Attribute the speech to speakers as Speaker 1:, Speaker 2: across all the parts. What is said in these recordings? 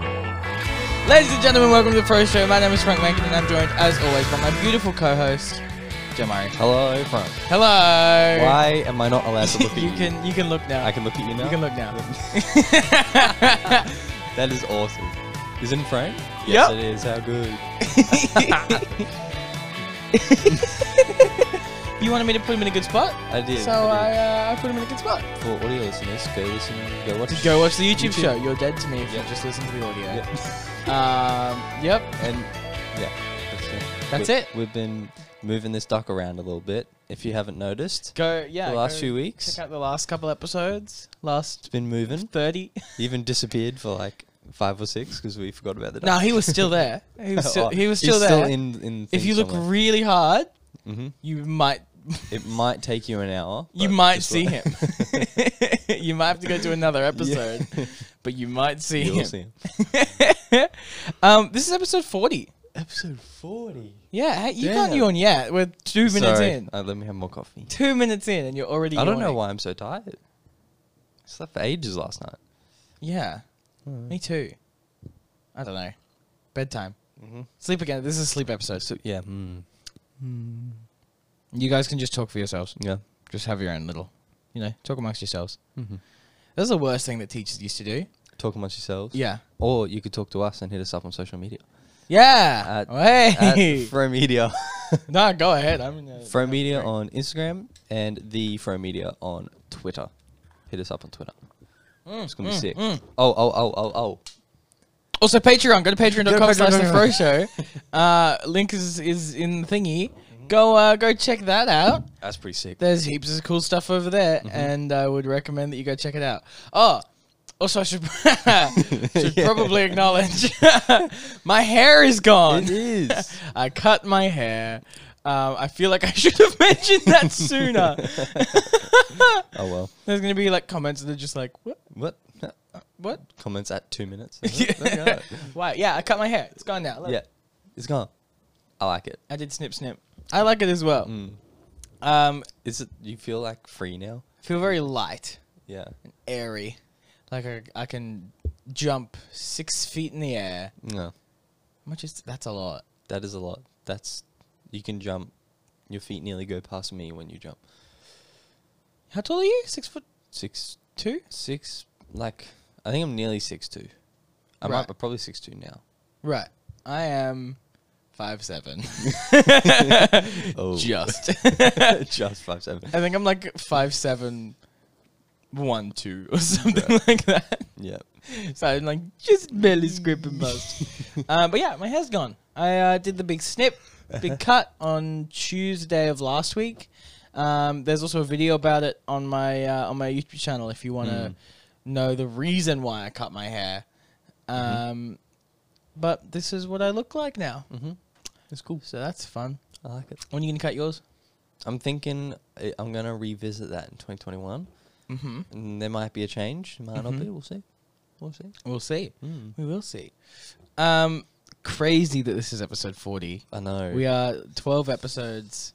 Speaker 1: Ladies and gentlemen, welcome to the Pro Show. My name is Frank Mankin, and I'm joined, as always, by my beautiful co-host, Joe Murray.
Speaker 2: Hello, Frank.
Speaker 1: Hello.
Speaker 2: Why am I not allowed to look at you?
Speaker 1: you can you can look now.
Speaker 2: I can look at you now.
Speaker 1: You can look now.
Speaker 2: That is awesome. Is it in frame?
Speaker 1: Yep.
Speaker 2: Yes, it is. How good.
Speaker 1: you wanted me to put him in a good spot,
Speaker 2: I did.
Speaker 1: so
Speaker 2: I
Speaker 1: I,
Speaker 2: did.
Speaker 1: uh, I put him in a good spot.
Speaker 2: For audio listeners, go listen. Go watch.
Speaker 1: Go watch the YouTube,
Speaker 2: YouTube.
Speaker 1: show. You're dead to me if
Speaker 2: Yep.
Speaker 1: you just listen to the audio.
Speaker 2: Yeah.
Speaker 1: Um, yep.
Speaker 2: And yeah, that's it.
Speaker 1: That's
Speaker 2: We've-
Speaker 1: it.
Speaker 2: We've been moving this duck around a little bit. If you haven't noticed,
Speaker 1: Go. Yeah.
Speaker 2: the last
Speaker 1: go
Speaker 2: few weeks,
Speaker 1: Check out the last couple episodes. Last
Speaker 2: it's been moving.
Speaker 1: thirty.
Speaker 2: Even disappeared for like five or six because we forgot about the duck.
Speaker 1: no, he was still there. He was still,
Speaker 2: Oh,
Speaker 1: he was
Speaker 2: he's
Speaker 1: still there.
Speaker 2: in, in
Speaker 1: if you look really hard,
Speaker 2: hmm
Speaker 1: you might
Speaker 2: it might take you an hour.
Speaker 1: you
Speaker 2: but
Speaker 1: might
Speaker 2: just
Speaker 1: see
Speaker 2: wait.
Speaker 1: him. you might have to go to another episode, but you might see
Speaker 2: You'll
Speaker 1: him.
Speaker 2: see him.
Speaker 1: Um, this is episode forty.
Speaker 2: Episode forty.
Speaker 1: Yeah, hey, you can't
Speaker 2: Damn.
Speaker 1: yawn yet. We're two minutes
Speaker 2: Sorry.
Speaker 1: in.
Speaker 2: Uh, let me have more coffee.
Speaker 1: Two minutes in, and you're already.
Speaker 2: I don't know
Speaker 1: yawning.
Speaker 2: why I'm so tired. Slept for ages last night.
Speaker 1: Yeah,
Speaker 2: Hmm.
Speaker 1: me too. I don't know. Bedtime.
Speaker 2: Mhm.
Speaker 1: Sleep again. This is a sleep episode.
Speaker 2: So yeah, mm,
Speaker 1: You guys can just talk for yourselves.
Speaker 2: yeah.
Speaker 1: Just have your own little, you know, talk amongst yourselves.
Speaker 2: Mm-hmm.
Speaker 1: That's the worst thing that teachers used to do.
Speaker 2: Talk amongst yourselves.
Speaker 1: Yeah.
Speaker 2: Or you could talk to us and hit us up on social media.
Speaker 1: Yeah.
Speaker 2: At-
Speaker 1: hey.
Speaker 2: At Fro Media.
Speaker 1: no, go ahead. I'm in the
Speaker 2: Fro Media on Instagram and the Fro Media on Twitter. Hit us up on Twitter.
Speaker 1: Mm,
Speaker 2: it's gonna be sick. Oh oh oh oh oh.
Speaker 1: Also, Patreon. Go to
Speaker 2: Go
Speaker 1: patreon.com
Speaker 2: to
Speaker 1: slash the
Speaker 2: Patreon.
Speaker 1: Fro Show. Uh, link is, is in the thingy. Go uh, go check that out.
Speaker 2: That's pretty sick.
Speaker 1: There's heaps of cool stuff over there,
Speaker 2: Mm-hmm.
Speaker 1: and I would recommend that you go check it out. Oh, also, I should, should
Speaker 2: Yeah.
Speaker 1: probably acknowledge my hair is gone.
Speaker 2: It is.
Speaker 1: I cut my hair. Um, I feel like I should have mentioned that sooner.
Speaker 2: oh well.
Speaker 1: There's going to be like comments that are just like, what?
Speaker 2: What? uh,
Speaker 1: What?
Speaker 2: Comments at two minutes.
Speaker 1: Yeah. Why? Yeah, I cut my hair. It's gone now. Look.
Speaker 2: yeah. It's gone. I like it.
Speaker 1: I did snip snip. I like it as well.
Speaker 2: Mm.
Speaker 1: Um,
Speaker 2: Is it? You feel like free now?
Speaker 1: feel very light,
Speaker 2: Yeah.
Speaker 1: airy, like I, I can jump six feet in the air.
Speaker 2: No,
Speaker 1: How much is that's a lot.
Speaker 2: that is a lot. That's you can jump. Your feet nearly go past me when you jump.
Speaker 1: How tall are you? Six foot
Speaker 2: Six,
Speaker 1: two?
Speaker 2: six. Like I think I'm nearly six two. I
Speaker 1: Right.
Speaker 2: might be probably six two now.
Speaker 1: Right. I am five seven.
Speaker 2: Oh,
Speaker 1: Just.
Speaker 2: just five seven.
Speaker 1: I think I'm like five seven one two or something like that.
Speaker 2: Yeah.
Speaker 1: So I'm like just barely scraping past. uh, but yeah, my hair's gone. I uh, did the big snip, big cut on Tuesday of last week. Um, there's also a video about it on my uh, on my YouTube channel if you want to know the reason why I cut my hair. Um, But this is what I look like now,
Speaker 2: Mhm. It's cool.
Speaker 1: so that's fun.
Speaker 2: I like it.
Speaker 1: When are you gonna cut yours?
Speaker 2: I'm thinking I- I'm gonna revisit that in 2021,
Speaker 1: Mm-hmm.
Speaker 2: and there might be a change. Might not be. We'll see. We'll see.
Speaker 1: We'll see.
Speaker 2: Mm.
Speaker 1: We will see. Um, crazy that this is episode forty.
Speaker 2: I know.
Speaker 1: We are 12 episodes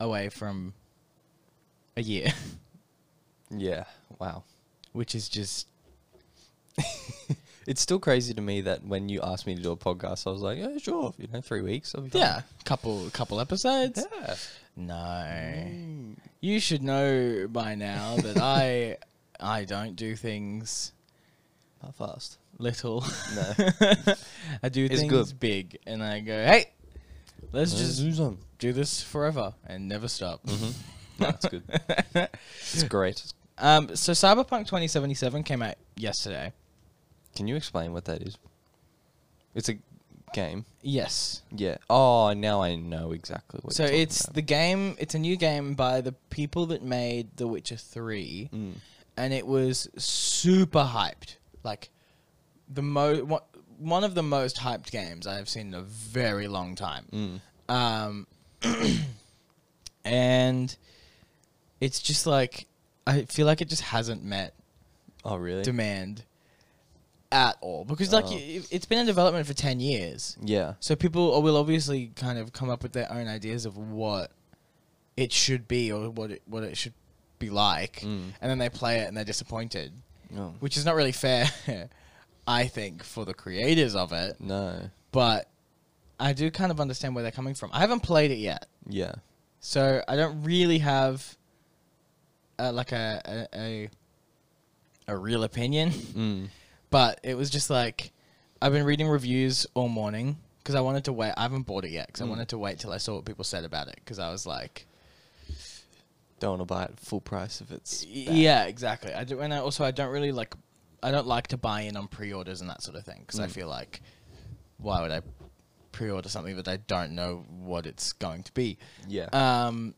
Speaker 1: away from a year,
Speaker 2: Yeah. Wow.
Speaker 1: which is just.
Speaker 2: It's still crazy to me that when you asked me to do a podcast, I was like, yeah, sure, you know, three weeks. I'll be fine."
Speaker 1: Yeah, couple couple episodes.
Speaker 2: Yeah.
Speaker 1: No, you should know by now that I I don't do things
Speaker 2: Not fast.
Speaker 1: little.
Speaker 2: No.
Speaker 1: I do
Speaker 2: It's
Speaker 1: things
Speaker 2: good. Mm-hmm.
Speaker 1: big, and I go, hey, let's just
Speaker 2: zoom on.
Speaker 1: do this forever and never stop.
Speaker 2: Mm-hmm. That's good. it's great.
Speaker 1: Um, so Cyberpunk 2077 came out yesterday.
Speaker 2: Can you explain what that is? It's a game.
Speaker 1: Yes,
Speaker 2: Yeah. Oh, now I know exactly what.
Speaker 1: So
Speaker 2: you're talking
Speaker 1: it's
Speaker 2: about.
Speaker 1: the game. It's a new game by the people that made The Witcher Three,
Speaker 2: Mm.
Speaker 1: and it was super hyped. Like the mo one of the most hyped games I have seen in a very long time.
Speaker 2: Mm.
Speaker 1: Um, and it's just like I feel like it just hasn't met
Speaker 2: Oh, really?
Speaker 1: demand at all because like
Speaker 2: Oh.
Speaker 1: y it's been in development for ten years.
Speaker 2: yeah.
Speaker 1: So people will obviously kind of come up with their own ideas of what it should be or what it what it should be like,
Speaker 2: Mm.
Speaker 1: and then they play it and they're disappointed,
Speaker 2: No.
Speaker 1: which is not really fair I think, for the creators of it.
Speaker 2: No.
Speaker 1: But I do kind of understand where they're coming from. I haven't played it yet,
Speaker 2: Yeah.
Speaker 1: so I don't really have uh, like a, a a a real opinion.
Speaker 2: Mm.
Speaker 1: But it was just like I've been reading reviews all morning because I wanted to wait. I haven't bought it yet because I
Speaker 2: Mm.
Speaker 1: wanted to wait till I saw what people said about it because I was like.
Speaker 2: Don't want to buy it full price if it's. bad.
Speaker 1: Yeah, exactly. I do, and I also I don't really like, I don't like to buy in on pre-orders and that sort of thing because I
Speaker 2: Mm.
Speaker 1: feel like, why would I pre-order something that I don't know what it's going to be?
Speaker 2: Yeah.
Speaker 1: Um,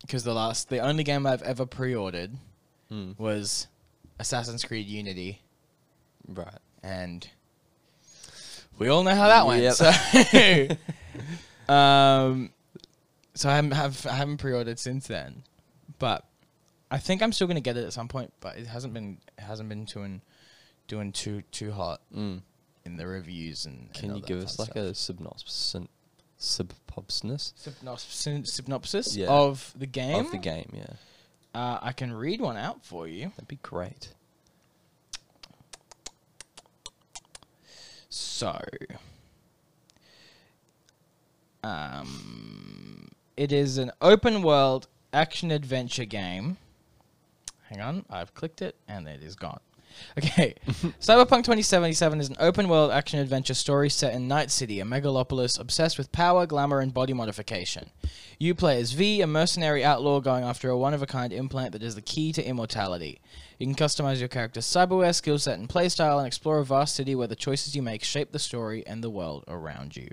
Speaker 1: because the last, the only game I've ever pre-ordered
Speaker 2: Mm.
Speaker 1: was Assassin's Creed Unity,
Speaker 2: Right.
Speaker 1: and we all know how that went.
Speaker 2: Yep.
Speaker 1: So, um, so I haven't have I haven't pre-ordered since then, but I think I'm still gonna get it at some point. But it hasn't been it hasn't been doing doing too too hot
Speaker 2: Mm.
Speaker 1: in the reviews and. and
Speaker 2: Can
Speaker 1: all
Speaker 2: you
Speaker 1: that
Speaker 2: give
Speaker 1: fun
Speaker 2: us like
Speaker 1: stuff.
Speaker 2: a synopsis? Synopsis
Speaker 1: Synopsis, synopsis
Speaker 2: Yeah.
Speaker 1: of the game.
Speaker 2: of the game, yeah,
Speaker 1: Uh, I can read one out for you.
Speaker 2: that'd be great.
Speaker 1: So, um, it is an open world action adventure game. Hang on, I've clicked it and it is gone. Okay, Cyberpunk 2077 is an open world action adventure story set in Night City, a megalopolis obsessed with power, glamour, and body modification. You play as V, a mercenary outlaw going after a one of a kind implant that is the key to immortality. You can customize your character's cyberware, skill set, and playstyle, and explore a vast city where the choices you make shape the story and the world around you.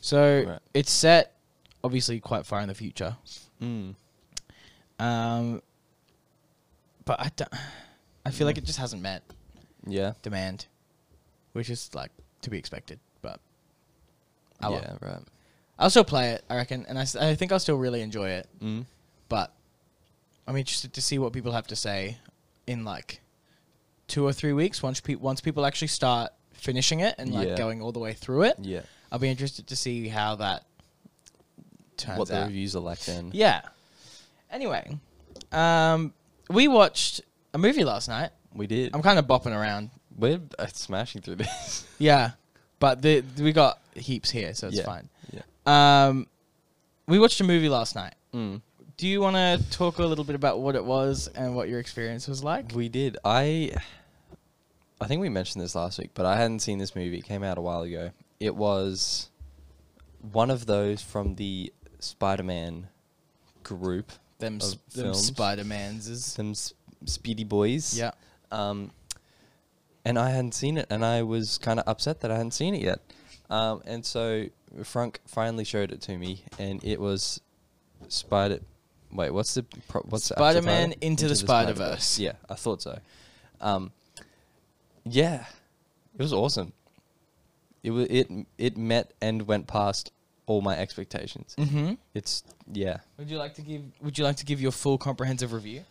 Speaker 1: So
Speaker 2: Right.
Speaker 1: it's set, obviously, quite far in the future.
Speaker 2: Mm.
Speaker 1: Um, but I don't. I feel like it just hasn't met
Speaker 2: Yeah,
Speaker 1: demand, which is like to be expected. But
Speaker 2: yeah,
Speaker 1: oh well.
Speaker 2: right.
Speaker 1: I'll still play it, I reckon, and I, s- I think I'll still really enjoy it.
Speaker 2: Mm.
Speaker 1: But I'm interested to see what people have to say in like two or three weeks once pe- once people actually start finishing it and like
Speaker 2: Yeah.
Speaker 1: going all the way through it.
Speaker 2: Yeah,
Speaker 1: I'll be interested to see how that turns
Speaker 2: what the
Speaker 1: out.
Speaker 2: reviews are like then.
Speaker 1: Yeah. Anyway, um, we watched a movie last night.
Speaker 2: We did.
Speaker 1: I'm kind of bopping around.
Speaker 2: We're uh, smashing through this.
Speaker 1: Yeah, but the, we got heaps here, so it's
Speaker 2: Yeah.
Speaker 1: fine.
Speaker 2: yeah.
Speaker 1: Um, we watched a movie last night.
Speaker 2: Mm.
Speaker 1: Do you want to talk a little bit about what it was and what your experience was like?
Speaker 2: We did. I I think we mentioned this last week, but I hadn't seen this movie. It came out a while ago. It was one of those from the Spider-Man group.
Speaker 1: Them,
Speaker 2: Of
Speaker 1: sp- them
Speaker 2: films.
Speaker 1: Spider Mans is
Speaker 2: Some s- speedy boys.
Speaker 1: yeah.
Speaker 2: Um, and I hadn't seen it, and I was kind of upset that I hadn't seen it yet. Um, and so Frank finally showed it to me, and it was Spider. Wait, what's the pro- what's the actual title?
Speaker 1: Spider-Man Into the Spider-Verse.
Speaker 2: Spider-Verse. Yeah, I thought so. Um, yeah, it was awesome. It wa it it met and went past all my expectations.
Speaker 1: Mm-hmm.
Speaker 2: It's yeah,
Speaker 1: Would you like to give Would you like to give your full comprehensive review?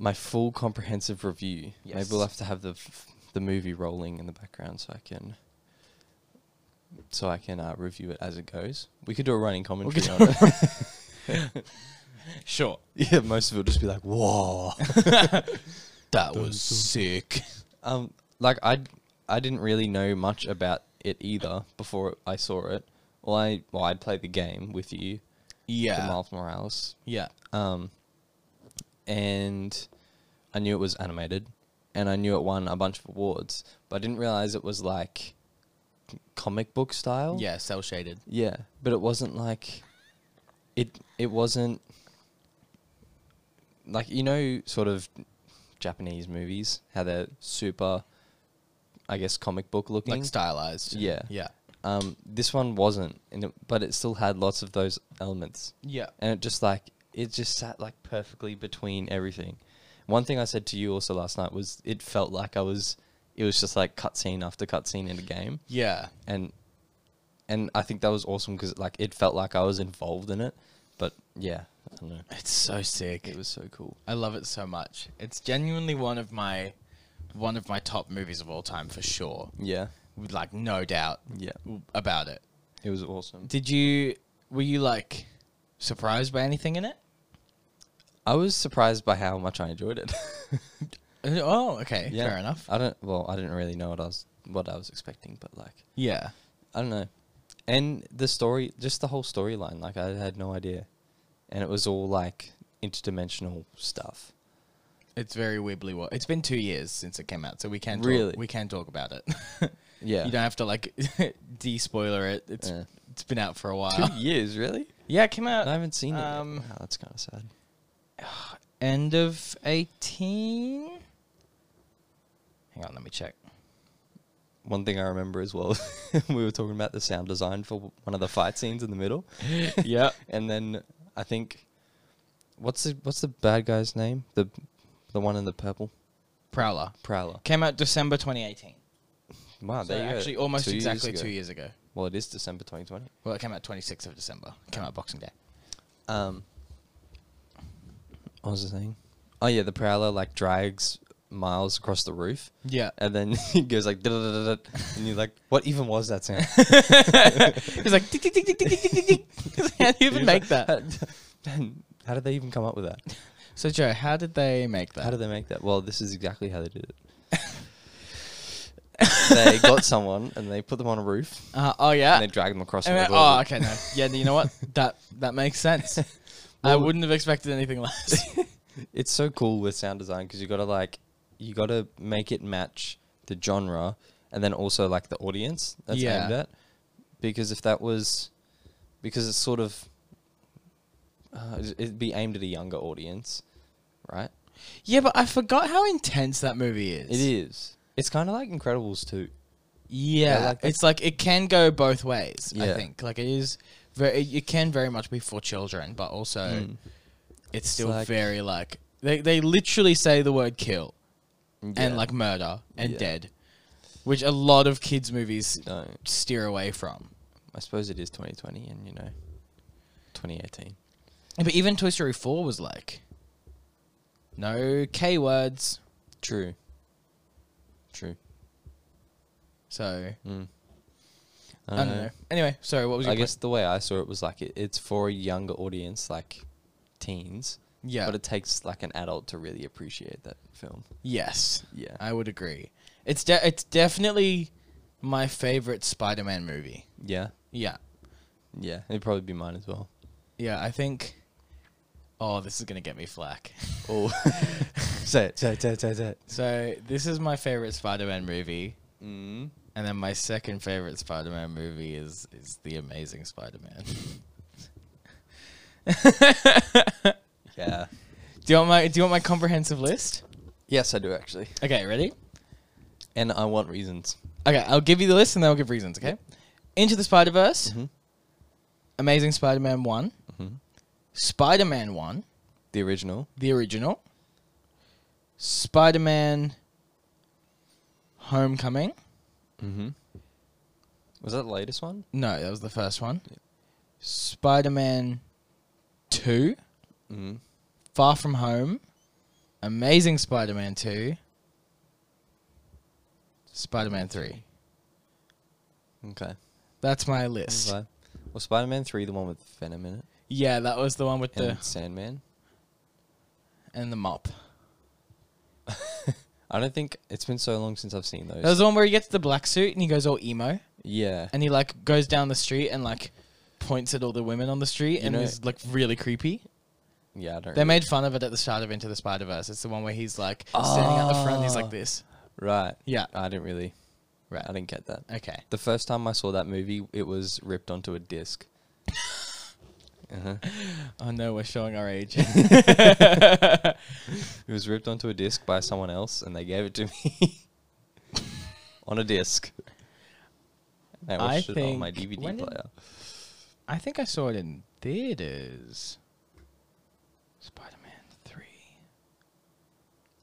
Speaker 2: my full comprehensive review. Maybe we'll
Speaker 1: Yes.
Speaker 2: have to have the f- the movie rolling in the background so I can so I can uh, review it as it goes. We could do a running commentary
Speaker 1: do
Speaker 2: on it.
Speaker 1: Sure.
Speaker 2: yeah, most of it will just be like, "Whoa."
Speaker 1: That was sick.
Speaker 2: Um like I I didn't really know much about it either before I saw it. Well, I well, I played the game with you, the
Speaker 1: Yeah.
Speaker 2: Miles Morales
Speaker 1: Yeah.
Speaker 2: Um, and I knew it was animated, and I knew it won a bunch of awards, but I didn't realize it was like comic book style.
Speaker 1: Yeah. Cell shaded.
Speaker 2: yeah, but it wasn't like it. It wasn't like you know, sort of Japanese movies how they're super, I guess, comic book looking.
Speaker 1: Like stylized.
Speaker 2: Yeah.
Speaker 1: Yeah.
Speaker 2: um, this one wasn't, and it, but it still had lots of those elements
Speaker 1: Yeah.
Speaker 2: and it just like it just sat like perfectly between everything. One thing I said to you also last night was it felt like I was it was just like cutscene after cutscene in a game,
Speaker 1: Yeah.
Speaker 2: and and I think that was awesome because like it felt like I was involved in it. But yeah, I don't know,
Speaker 1: It's so sick.
Speaker 2: it was so cool.
Speaker 1: I love it so much. It's genuinely one of my one of my top movies of all time for sure.
Speaker 2: Yeah,
Speaker 1: With like no doubt
Speaker 2: yeah,
Speaker 1: w- about it.
Speaker 2: it was awesome.
Speaker 1: Did you were you like surprised by anything in it?
Speaker 2: I was surprised by how much I enjoyed it.
Speaker 1: Oh, okay. Fair enough.
Speaker 2: I don't. Well, I didn't really know what I was what I was expecting, but like
Speaker 1: Yeah.
Speaker 2: I don't know. And the story, just the whole storyline, like I had no idea, and it was all like interdimensional stuff.
Speaker 1: It's very wibbly wobbly. It's been two years since it came out, so we can talk,
Speaker 2: Really?
Speaker 1: we can talk about it.
Speaker 2: Yeah,
Speaker 1: You don't have to like de-spoiler it. It's
Speaker 2: Yeah.
Speaker 1: it's been out for a while.
Speaker 2: two years really.
Speaker 1: Yeah, it came
Speaker 2: I
Speaker 1: out
Speaker 2: haven't seen it.
Speaker 1: um,
Speaker 2: yet. Wow, that's kind of sad.
Speaker 1: end of eighteen. Hang on, let me check.
Speaker 2: One thing I remember as well, we were talking about the sound design for one of the fight scenes in the middle,
Speaker 1: yeah.
Speaker 2: and then I think, what's the what's the bad guy's name? The the one in the purple
Speaker 1: Prowler
Speaker 2: prowler.
Speaker 1: came out December 2018.
Speaker 2: Wow,
Speaker 1: So
Speaker 2: Oh, there you go.
Speaker 1: actually, almost
Speaker 2: Two years
Speaker 1: exactly
Speaker 2: ago.
Speaker 1: two years ago.
Speaker 2: Well, it is December 2020.
Speaker 1: Well, it came out 26th of December. It came out Boxing Day.
Speaker 2: Um, what was the thing? Oh yeah, the prowler like drags Miles across the roof,
Speaker 1: Yeah.
Speaker 2: and then he goes like, "Da-da-da-da-da," and you're like, "What even was that sound?"
Speaker 1: He's like, tick, tick, tick, tick, tick, tick, tick, tick. He's like, how do you even make that?
Speaker 2: how did they even come up with that?
Speaker 1: So, Joe, how did they make
Speaker 2: How
Speaker 1: that?
Speaker 2: did they make that? Well, this is exactly how they did it. they got someone and they put them on a roof
Speaker 1: Uh, oh,
Speaker 2: and
Speaker 1: yeah.
Speaker 2: they dragged them across.
Speaker 1: And
Speaker 2: the
Speaker 1: we're like, oh, okay,
Speaker 2: river.
Speaker 1: no. Yeah, you know what? That that makes sense. I
Speaker 2: Well-
Speaker 1: wouldn't have expected anything less.
Speaker 2: It's so cool with sound design because you gotta like, you gotta make it match the genre and then also like the audience that's
Speaker 1: Yeah.
Speaker 2: aimed at. Because if that was, because it's sort of, uh, it'd be aimed at a younger audience, right?
Speaker 1: yeah, but I forgot how intense that movie is.
Speaker 2: It is. It's kind of like Incredibles too.
Speaker 1: Yeah,
Speaker 2: Yeah, like
Speaker 1: it's like it can go both ways. I
Speaker 2: Yeah.
Speaker 1: think like it is very. It can very much be for children, but also it's still
Speaker 2: Hmm. like-
Speaker 1: very like they they literally say the word kill and like murder and
Speaker 2: Yeah.
Speaker 1: dead, which a lot of kids movies
Speaker 2: no,
Speaker 1: steer away from.
Speaker 2: I suppose it is 2020 and you know, 2018.
Speaker 1: But even Toy Story Four was like, no K words,
Speaker 2: True. True.
Speaker 1: so
Speaker 2: Mm.
Speaker 1: I don't know. Anyway, sorry, what was your
Speaker 2: Uh-huh. Uh, I
Speaker 1: point?
Speaker 2: guess the way I saw it was like it, it's for a younger audience, like teens.
Speaker 1: yeah,
Speaker 2: But it takes like an adult to really appreciate that film.
Speaker 1: yes,
Speaker 2: Yeah.
Speaker 1: I would agree. It's de- it's definitely my favorite Spider-Man movie.
Speaker 2: Yeah.
Speaker 1: Yeah,
Speaker 2: Yeah. It'd probably be mine as well.
Speaker 1: yeah. I think. Oh, this is gonna get me flack.
Speaker 2: Oh. say it. Say it. Say it. Say it. Say it.
Speaker 1: So this is my favorite Spider-Man movie,
Speaker 2: Mm.
Speaker 1: and then my second favorite Spider-Man movie is is the Amazing Spider-Man.
Speaker 2: Yeah.
Speaker 1: do you want my Do you want my comprehensive list?
Speaker 2: yes, I do actually.
Speaker 1: Okay, ready?
Speaker 2: And I want reasons.
Speaker 1: Okay, I'll give you the list and then I'll give reasons. Okay, Into the Spider Verse,
Speaker 2: Mhm.
Speaker 1: Amazing Spider-Man one,
Speaker 2: Mhm.
Speaker 1: Spider-Man one,
Speaker 2: The original.
Speaker 1: the original, Spider Man Homecoming.
Speaker 2: Mm-hmm. Was that the latest one?
Speaker 1: No, that was the first one. Spider Man 2,
Speaker 2: Mm.
Speaker 1: Far From Home, Amazing Spider Man 2, Spider Man 3.
Speaker 2: Okay.
Speaker 1: That's my list.
Speaker 2: Well, Spider Man 3, the one with Venom in it,
Speaker 1: Yeah, that was the one with
Speaker 2: and
Speaker 1: the
Speaker 2: Sandman.
Speaker 1: and the mop.
Speaker 2: I don't think it's been so long since I've seen those.
Speaker 1: That was the one where he gets the black suit and he goes all emo
Speaker 2: yeah.
Speaker 1: and he like goes down the street and like points at all the women on the street
Speaker 2: You
Speaker 1: and
Speaker 2: know-
Speaker 1: is like really creepy.
Speaker 2: Yeah, I don't
Speaker 1: They
Speaker 2: really-
Speaker 1: made fun of it at the start of Into the Spider Verse. It's the one where he's like standing out the front. He's
Speaker 2: Ah.
Speaker 1: like this.
Speaker 2: Right.
Speaker 1: Yeah.
Speaker 2: I didn't really.
Speaker 1: Right.
Speaker 2: I didn't get that.
Speaker 1: Okay.
Speaker 2: The first time I saw that movie, it was ripped onto a disc. uh-huh.
Speaker 1: Oh no, we're showing our age.
Speaker 2: It was ripped onto a disc by someone else, and they gave it to me on a disc. And I
Speaker 1: I
Speaker 2: watched it on my
Speaker 1: think-
Speaker 2: DVD
Speaker 1: when did-
Speaker 2: player.
Speaker 1: I think I saw it in theaters. Spider Man Three.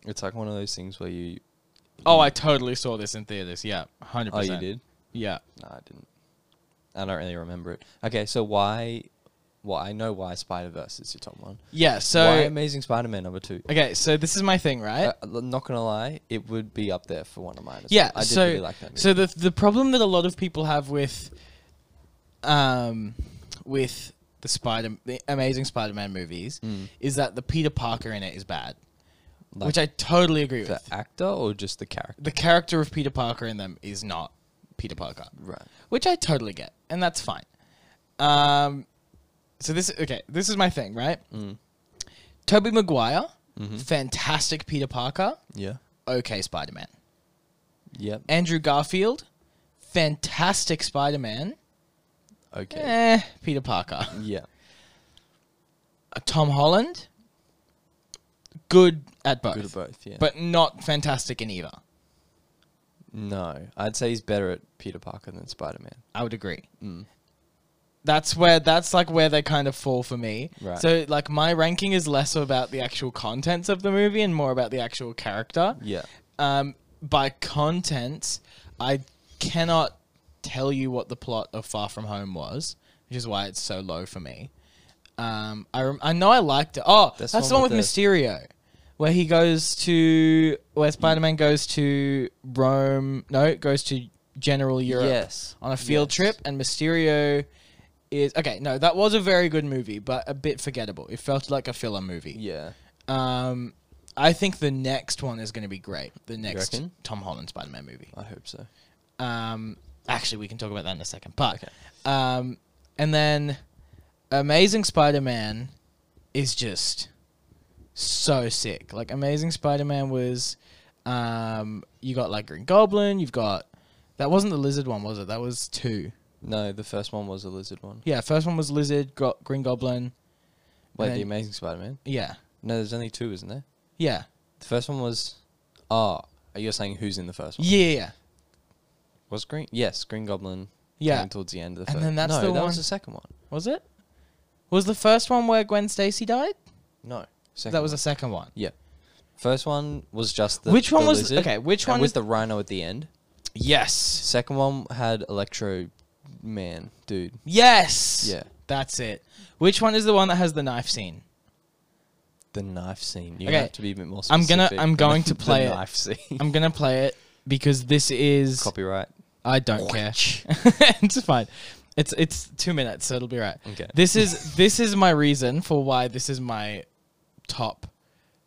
Speaker 2: It's like one of those things where you.
Speaker 1: Oh, I totally saw this in theaters. Yeah, hundred
Speaker 2: Oh, you
Speaker 1: percent.
Speaker 2: did?
Speaker 1: Yeah.
Speaker 2: No, I didn't. I don't really remember it. Okay, so why? Well, I know why Spider Verse is your top one.
Speaker 1: Yeah.
Speaker 2: why
Speaker 1: So
Speaker 2: Amazing Spider Man number two?
Speaker 1: okay, so this is my thing, right?
Speaker 2: Uh, I'm not gonna lie, it would be up there for one of mine. As
Speaker 1: yeah.
Speaker 2: well. I did
Speaker 1: so
Speaker 2: really like that. Movie.
Speaker 1: so the the problem that a lot of people have with um with the Spider the Amazing Spider Man movies
Speaker 2: Mm.
Speaker 1: is that the Peter Parker in it is bad.
Speaker 2: Like,
Speaker 1: which I totally agree with.
Speaker 2: the actor or just the character?
Speaker 1: the character of Peter Parker in them is not Peter Parker,
Speaker 2: Right.
Speaker 1: which I totally get, and that's fine. Um, so this okay, this is my thing, right?
Speaker 2: Mm. Mm-hmm.
Speaker 1: Toby Maguire, fantastic Peter Parker,
Speaker 2: Yeah.
Speaker 1: okay Spider Man.
Speaker 2: Yep.
Speaker 1: Andrew Garfield, fantastic Spider Man,
Speaker 2: Okay.
Speaker 1: eh, Peter Parker.
Speaker 2: Yeah.
Speaker 1: Uh, Tom Holland, good at both,
Speaker 2: Good at both. Yeah.
Speaker 1: but not fantastic in either.
Speaker 2: no, I'd say he's better at Peter Parker than Spider Man.
Speaker 1: I would agree.
Speaker 2: Mm.
Speaker 1: that's where that's like where they kind of fall for me.
Speaker 2: Right.
Speaker 1: So like my ranking is less about the actual contents of the movie and more about the actual character.
Speaker 2: Yeah.
Speaker 1: Um, by contents, I cannot tell you what the plot of Far From Home was, which is why it's so low for me. Um, I rem- I know I liked it. Oh, that's,
Speaker 2: That's
Speaker 1: the one with
Speaker 2: the-
Speaker 1: Mysterio, where he goes to where Spider Man goes to Rome. No, goes to General Europe
Speaker 2: Yes.
Speaker 1: on a field
Speaker 2: Yes.
Speaker 1: trip, and Mysterio is okay. No, that was a very good movie, but a bit forgettable. It felt like a filler movie.
Speaker 2: Yeah.
Speaker 1: Um, I think the next one is going to be great. The next
Speaker 2: reckon?
Speaker 1: Tom Holland Spider Man movie.
Speaker 2: I hope so.
Speaker 1: Um, actually, we can talk about that in a second. But um, and then Amazing Spider Man is just so sick. Like Amazing Spider Man was, um, you got like Green Goblin. You've got that wasn't the lizard one, was it? That was two.
Speaker 2: No, the first one was a lizard one.
Speaker 1: Yeah, first one was Lizard, got Green Goblin.
Speaker 2: Wait,
Speaker 1: then-
Speaker 2: the Amazing Spider Man.
Speaker 1: Yeah,
Speaker 2: No, there's only two, isn't there?
Speaker 1: yeah,
Speaker 2: The first one was. Oh, you're saying who's in the first one?
Speaker 1: yeah, yeah.
Speaker 2: Was Green? Yes, Green Goblin.
Speaker 1: Yeah.
Speaker 2: Came towards the end of the
Speaker 1: And
Speaker 2: first.
Speaker 1: then that's
Speaker 2: no,
Speaker 1: the
Speaker 2: that
Speaker 1: one-
Speaker 2: was the second one.
Speaker 1: Was it? Was the first one where Gwen Stacy died?
Speaker 2: No, second
Speaker 1: that was
Speaker 2: one.
Speaker 1: the second one.
Speaker 2: yeah. First one was just the
Speaker 1: Which one
Speaker 2: the
Speaker 1: was-
Speaker 2: lizard
Speaker 1: okay, which
Speaker 2: and
Speaker 1: one
Speaker 2: with
Speaker 1: is-
Speaker 2: the rhino at the end?
Speaker 1: Yes.
Speaker 2: Second one had Electro Man, dude.
Speaker 1: Yes.
Speaker 2: Yeah.
Speaker 1: That's it. Which one is the one that has the knife scene?
Speaker 2: The knife scene. You
Speaker 1: Okay,
Speaker 2: have to be a bit more
Speaker 1: I'm
Speaker 2: specific.
Speaker 1: gonna- I'm going to
Speaker 2: The
Speaker 1: play it.
Speaker 2: knife scene.
Speaker 1: I'm gonna play it because this is
Speaker 2: Copyright.
Speaker 1: I don't care. it's fine. It's it's two minutes, so it'll be right.
Speaker 2: Okay.
Speaker 1: This is this is my reason for why this is my top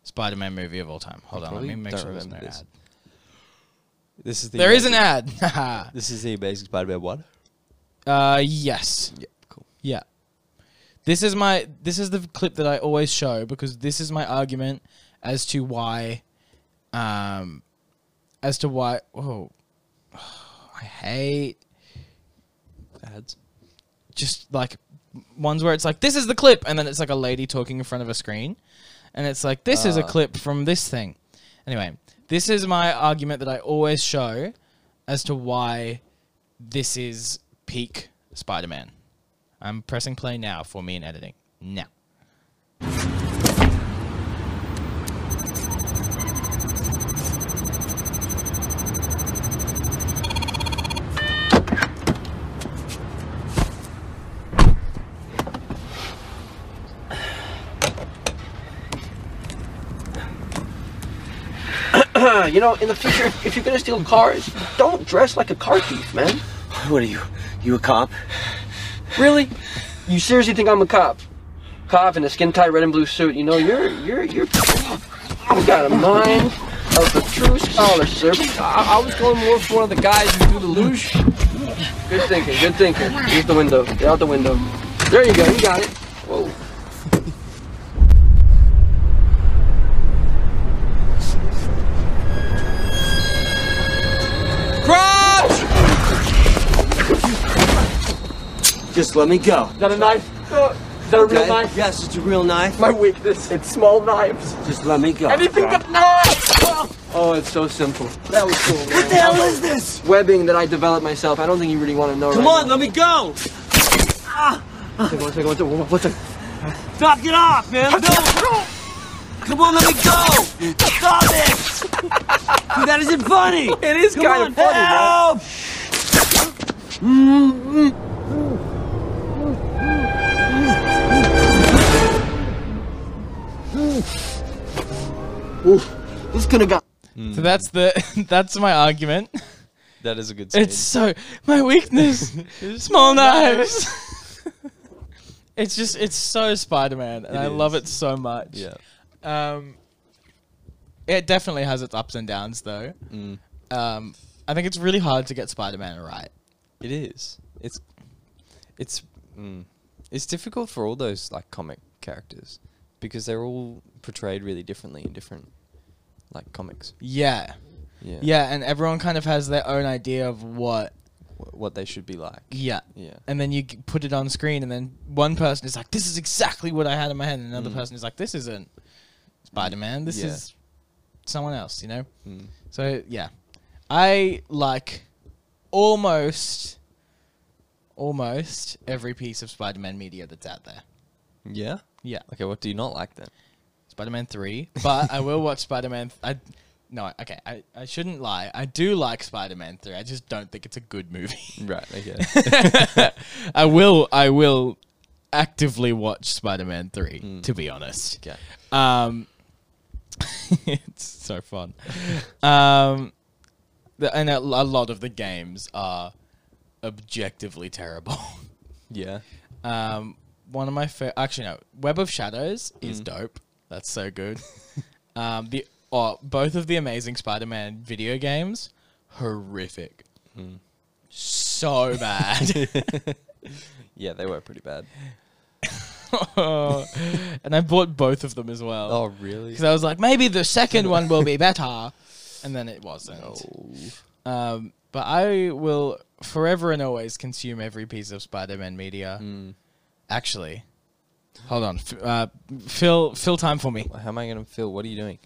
Speaker 1: Spider-Man movie of all time. Hold
Speaker 2: I
Speaker 1: on, let me
Speaker 2: probably
Speaker 1: make
Speaker 2: don't
Speaker 1: sure there's no
Speaker 2: remember this.
Speaker 1: ad.
Speaker 2: This is the
Speaker 1: There is an
Speaker 2: amazing-
Speaker 1: ad. Haha.
Speaker 2: This is the Amazing Spider-Man one.
Speaker 1: uh, yes.
Speaker 2: Yeah, cool.
Speaker 1: Yeah. This is my this is the clip that I always show because this is my argument as to why um as to why oh I hate
Speaker 2: Ads.
Speaker 1: just like ones where it's like this is the clip and then it's like a lady talking in front of a screen and it's like this is a
Speaker 2: Ah.
Speaker 1: clip from this thing anyway this is my argument that i always show as to why this is peak spider-man i'm pressing play now for me in editing now
Speaker 3: Uh, you know, in the future, if- if you're gonna steal cars, don't dress like a car thief, man.
Speaker 4: What are you? You a cop?
Speaker 3: Really? You seriously think I'm a cop? Cop in a skin tight red and blue suit. You know, you're you're you're. I've got a mind of a true scholar, sir. I, I was going more for one of the guys who do the luge. Good thinking. Good thinking. Use the window. Get out the window. There you go. You got it. Whoa.
Speaker 4: Just let me go.
Speaker 3: Is that a knife? Uh, is that a real
Speaker 4: Okay?
Speaker 3: knife?
Speaker 4: Yes, it's a real knife.
Speaker 3: My weakness. It's small knives.
Speaker 4: Just let me go.
Speaker 3: Anything but knives. Oh, it's so simple. That was cool. man.
Speaker 4: What the hell is this?
Speaker 3: webbing that I developed myself. I don't think you really want to know.
Speaker 4: Come
Speaker 3: right
Speaker 4: on, let me go.
Speaker 3: Now. One second, one second, one second. What's that?
Speaker 4: Knock it off, man. No. Come on, let me go. Stop it. Dude, that isn't funny.
Speaker 3: It is
Speaker 4: Come
Speaker 3: kind
Speaker 4: on,
Speaker 3: of funny, man.
Speaker 4: help.
Speaker 3: Oof, this could have got.
Speaker 1: so that's the that's my argument
Speaker 2: That is a good scene.
Speaker 1: it's so my weakness small knives it's just it's so spider-man and
Speaker 2: It
Speaker 1: i love
Speaker 2: is.
Speaker 1: it so much
Speaker 2: yeah.
Speaker 1: Um, It definitely has its ups and downs, though.
Speaker 2: Mm.
Speaker 1: Um, I think it's really hard to get Spider-Man right.
Speaker 2: It is. It's it's mm, it's difficult for all those like comic characters because they're all portrayed really differently in different like comics.
Speaker 1: Yeah.
Speaker 2: Yeah.
Speaker 1: yeah, and everyone kind of has their own idea of what.
Speaker 2: Wh- what they should be like.
Speaker 1: Yeah,
Speaker 2: Yeah.
Speaker 1: and then you g- put it on screen, and then one person is like, "This is exactly what I had in my head," and another
Speaker 2: Mm.
Speaker 1: person is like, "This isn't Spider-Man. This
Speaker 2: Yeah.
Speaker 1: is someone else." You know.
Speaker 2: Mm.
Speaker 1: So yeah, I like almost almost every piece of Spider-Man media that's out there.
Speaker 2: Yeah.
Speaker 1: Yeah,
Speaker 2: Okay. What do you not like then?
Speaker 1: Spider-Man three, but I will watch Spider-Man. Th- I no, okay, I, I shouldn't lie. I do like Spider-Man three. I just don't think it's a good movie.
Speaker 2: Right. Okay.
Speaker 1: I will I will actively watch Spider-Man three to be honest.
Speaker 2: okay.
Speaker 1: Um, it's so fun. Um, the, and a, a lot of the games are objectively terrible.
Speaker 2: Yeah.
Speaker 1: Um, one of my fa- actually no, Web of Shadows
Speaker 2: Mm.
Speaker 1: is dope. That's so good. um, the oh, both of the Amazing Spider-Man video games horrific.
Speaker 2: Hmm.
Speaker 1: So bad.
Speaker 2: Yeah. They were pretty bad.
Speaker 1: and I bought both of them as well.
Speaker 2: Oh really?
Speaker 1: because I was like, maybe the second one will be better, and then it wasn't.
Speaker 2: oh,
Speaker 1: Um, but I will forever and always consume every piece of Spider-Man media.
Speaker 2: Hmm.
Speaker 1: Actually, hold on, F- uh, fill fill time for me.
Speaker 2: How am I gonna feel? What are you doing?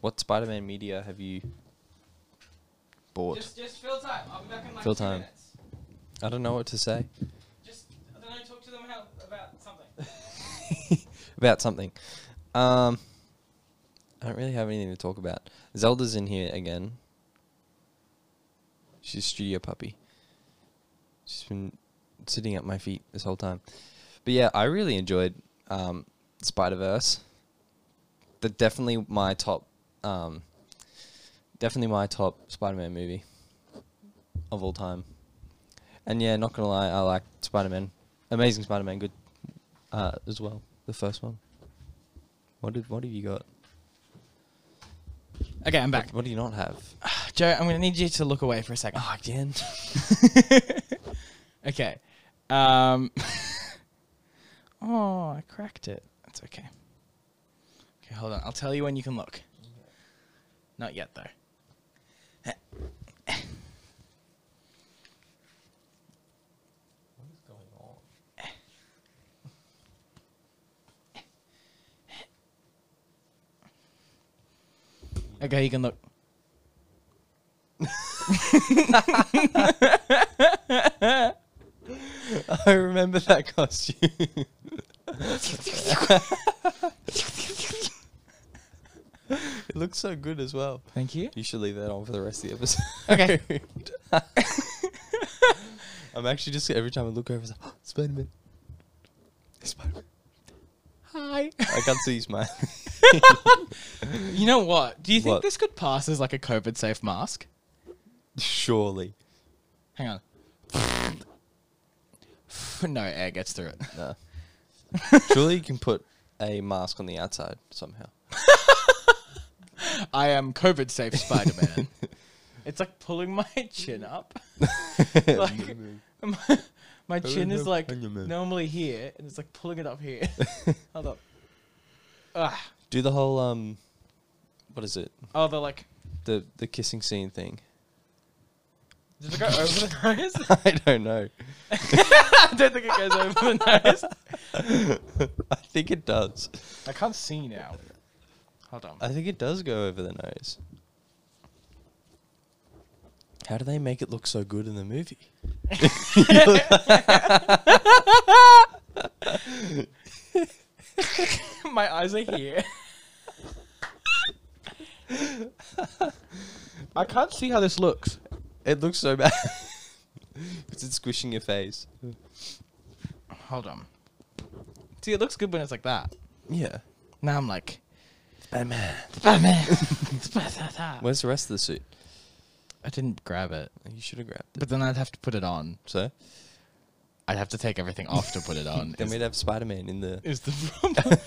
Speaker 2: What Spider-Man media have you bought?
Speaker 1: just fill time. I'll be back in like
Speaker 2: Fill two time. minutes. I don't know what to say
Speaker 1: Just I don't know. Talk to them about something.
Speaker 2: about something. Um, I don't really have anything to talk about. Zelda's in here again. She's studio puppy. She's been sitting at my feet this whole time. But yeah, I really enjoyed um, Spider Verse. That definitely my top, um, definitely my top Spider Man movie of all time. And yeah, not gonna lie, I like Spider Man, Amazing Spider Man, good uh, as well. The first one. What did what have you got?
Speaker 1: Okay, I'm back.
Speaker 2: What, what do you not have?
Speaker 1: Joe, I'm gonna need you to look away for a second.
Speaker 2: Oh, again.
Speaker 1: Okay. Um, oh, I cracked it. That's okay. Okay, hold on. I'll tell you when you can look. Not yet, though. Okay, you can look.
Speaker 2: I remember that costume. it looks so good as well.
Speaker 1: Thank you.
Speaker 2: You should leave that on for the rest of the episode.
Speaker 1: Okay.
Speaker 2: I'm actually just every time I look over, it's like, Spider Man. Spider Man.
Speaker 1: Hi.
Speaker 2: I can't see you smile.
Speaker 1: You know what? Do you think
Speaker 2: What?
Speaker 1: this could pass as like a COVID safe mask?
Speaker 2: Surely.
Speaker 1: Hang on. no, air gets through it.
Speaker 2: No. Surely you can put a mask on the outside somehow.
Speaker 1: I am COVID safe Spider Man. it's like pulling my chin up. like, my, my chin is like normally here, and it's like pulling it up here. Hold up. Ah,
Speaker 2: Do the whole um what is it?
Speaker 1: oh, they're like,
Speaker 2: The the kissing scene thing.
Speaker 1: does it go over the nose?
Speaker 2: I don't know.
Speaker 1: I don't think it goes over the nose.
Speaker 2: I think it does.
Speaker 1: I can't see now. Hold on.
Speaker 2: I think it does go over the nose. How do they make it look so good in the movie?
Speaker 1: my eyes are here. I can't see how this looks.
Speaker 2: It looks so bad. 'Cause it's squishing your face.
Speaker 1: Hold on. See, it looks good when it's like that.
Speaker 2: Yeah.
Speaker 1: Now I'm like,
Speaker 2: Batman.
Speaker 1: Batman.
Speaker 2: Where's the rest of the suit?
Speaker 1: I didn't grab it,
Speaker 2: You should have grabbed it.
Speaker 1: but then I'd have to put it on.
Speaker 2: So
Speaker 1: I'd have to take everything off to put it on.
Speaker 2: Then
Speaker 1: is,
Speaker 2: we'd have Spider Man in the
Speaker 1: is the problem?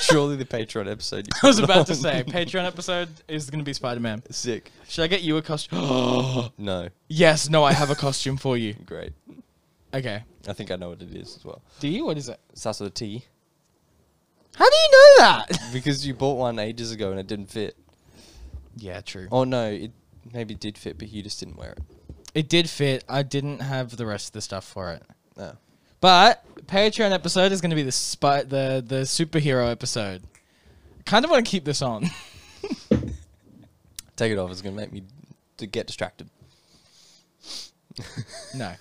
Speaker 2: surely the Patreon episode. you
Speaker 1: I was
Speaker 2: put
Speaker 1: about to
Speaker 2: on.
Speaker 1: say Patreon episode is going to be Spider Man.
Speaker 2: sick.
Speaker 1: Should I get you a costume?
Speaker 2: No,
Speaker 1: yes. No, I have a costume for you.
Speaker 2: great.
Speaker 1: Okay.
Speaker 2: I think I know what it is as well.
Speaker 1: Do you? What is it?
Speaker 2: Starts with a T
Speaker 1: How do you know that?
Speaker 2: because you bought one ages ago and it didn't fit.
Speaker 1: yeah, true.
Speaker 2: Oh no, it maybe did fit, but you just didn't wear it.
Speaker 1: It did fit. I didn't have the rest of the stuff for it.
Speaker 2: No.
Speaker 1: But Patreon episode is going to be the spy- the the superhero episode. Kind of want to keep this on.
Speaker 2: Take it off. It's gonna make me to get distracted.
Speaker 1: no.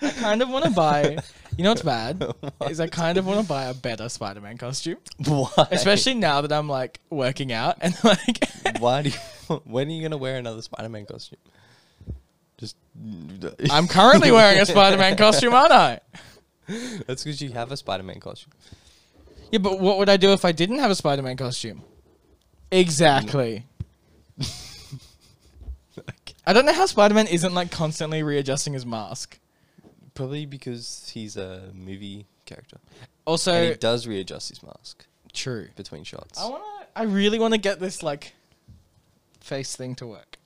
Speaker 1: I kind of want to buy. You know what's bad is I kind of want to buy a better Spider-Man costume,
Speaker 2: Why?
Speaker 1: especially now that I'm like working out and like
Speaker 2: Why do you? When are you gonna wear another Spider-Man costume? Just.
Speaker 1: I'm currently wearing a Spider-Man costume, aren't I?
Speaker 2: That's because you have a Spider-Man costume.
Speaker 1: Yeah, but what would I do if I didn't have a Spider-Man costume? Exactly. I don't know how Spider-Man isn't like constantly readjusting his mask.
Speaker 2: Probably because he's a movie character. and
Speaker 1: Also,
Speaker 2: he does readjust his mask
Speaker 1: true.
Speaker 2: between shots.
Speaker 1: I want to. I really want to get this like face thing to work.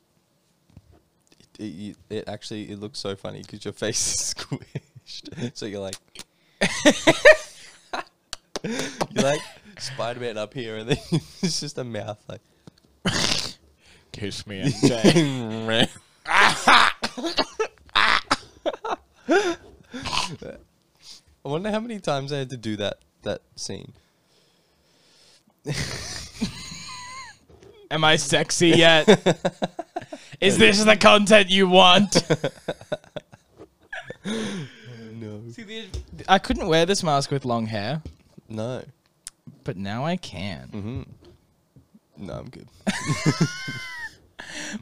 Speaker 2: It, it, it actually it looks so funny because your face is squished. so you're like, you're like Spider-Man up here, and then it's just a mouth like.
Speaker 1: Kiss me, MJ.
Speaker 2: I wonder how many times I had to do that that scene.
Speaker 1: Am I sexy yet? Is this the content you want?
Speaker 2: No,
Speaker 1: I couldn't wear this mask with long hair,
Speaker 2: no, Mm-hmm.
Speaker 1: but now I can.
Speaker 2: Mm. no. I'm good.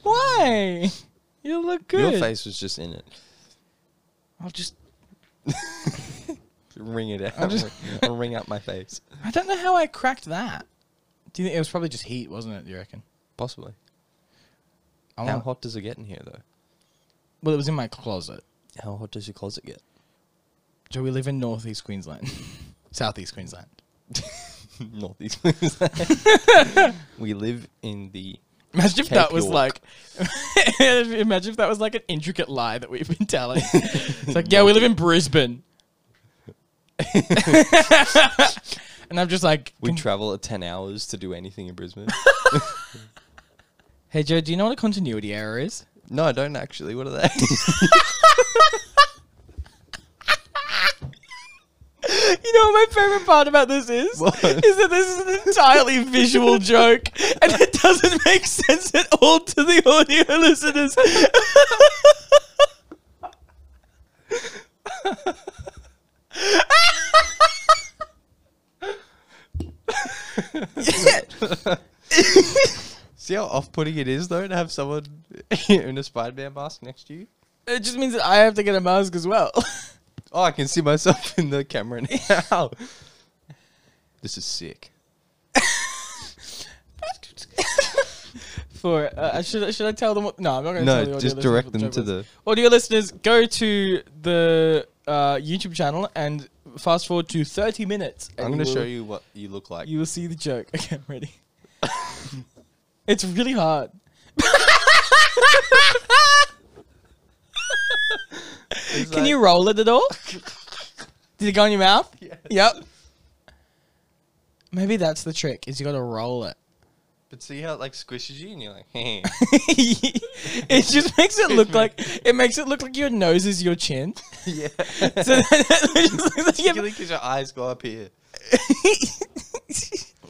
Speaker 1: Why? You look good.
Speaker 2: Your face was just in it.
Speaker 1: I'll just.
Speaker 2: Ring it out.
Speaker 1: I'm just-
Speaker 2: I'll ring out my face.
Speaker 1: I don't know how I cracked that. Do you think it was probably just heat, wasn't it? Do you reckon?
Speaker 2: Possibly.
Speaker 1: I
Speaker 2: How
Speaker 1: want,
Speaker 2: hot does it get in here, though?
Speaker 1: well, it was in my closet.
Speaker 2: How hot does your closet get?
Speaker 1: So we live in northeast Queensland, southeast Queensland.
Speaker 2: Northeast. we live in the.
Speaker 1: Imagine if that
Speaker 2: Cape
Speaker 1: was
Speaker 2: York.
Speaker 1: like, imagine if that was like an intricate lie that we've been telling. It's like, yeah, we live in Brisbane, and I'm just like,
Speaker 2: We travel at 10 hours to do anything in Brisbane.
Speaker 1: hey Joe, do you know what a continuity error is?
Speaker 2: no, I don't actually. What are they?
Speaker 1: You know what my favorite part about this is?
Speaker 2: What?
Speaker 1: Is that this is an entirely visual joke and it doesn't make sense at all to the audio listeners.
Speaker 2: See how off putting it is, though, to have someone in a Spider Man mask next to you?
Speaker 1: It just means that I have to get a mask as well.
Speaker 2: Oh, I can see myself in the camera now. this is sick.
Speaker 1: For uh, should I- should I tell them? What, no, I'm not going to tell
Speaker 2: No,
Speaker 1: the audio
Speaker 2: just
Speaker 1: listeners
Speaker 2: direct
Speaker 1: what the
Speaker 2: them
Speaker 1: joke
Speaker 2: to
Speaker 1: was.
Speaker 2: the.
Speaker 1: audio listeners. Go to the uh, YouTube channel and fast forward to 30 minutes. and
Speaker 2: I'm going to
Speaker 1: will-
Speaker 2: show you what you look like.
Speaker 1: You will see the joke. Okay, I'm ready. it's really hard.
Speaker 2: It's
Speaker 1: Can
Speaker 2: like-
Speaker 1: you roll it at all? Did it go in your mouth? Yep. Maybe that's the trick, is you gotta roll it.
Speaker 2: But see how it like squishes you, and you're like, hey.
Speaker 1: it just makes it look like it makes it look like your nose is your chin.
Speaker 2: yeah.
Speaker 1: So then it just looks like
Speaker 2: Particularly
Speaker 1: your-
Speaker 2: because your eyes go up here.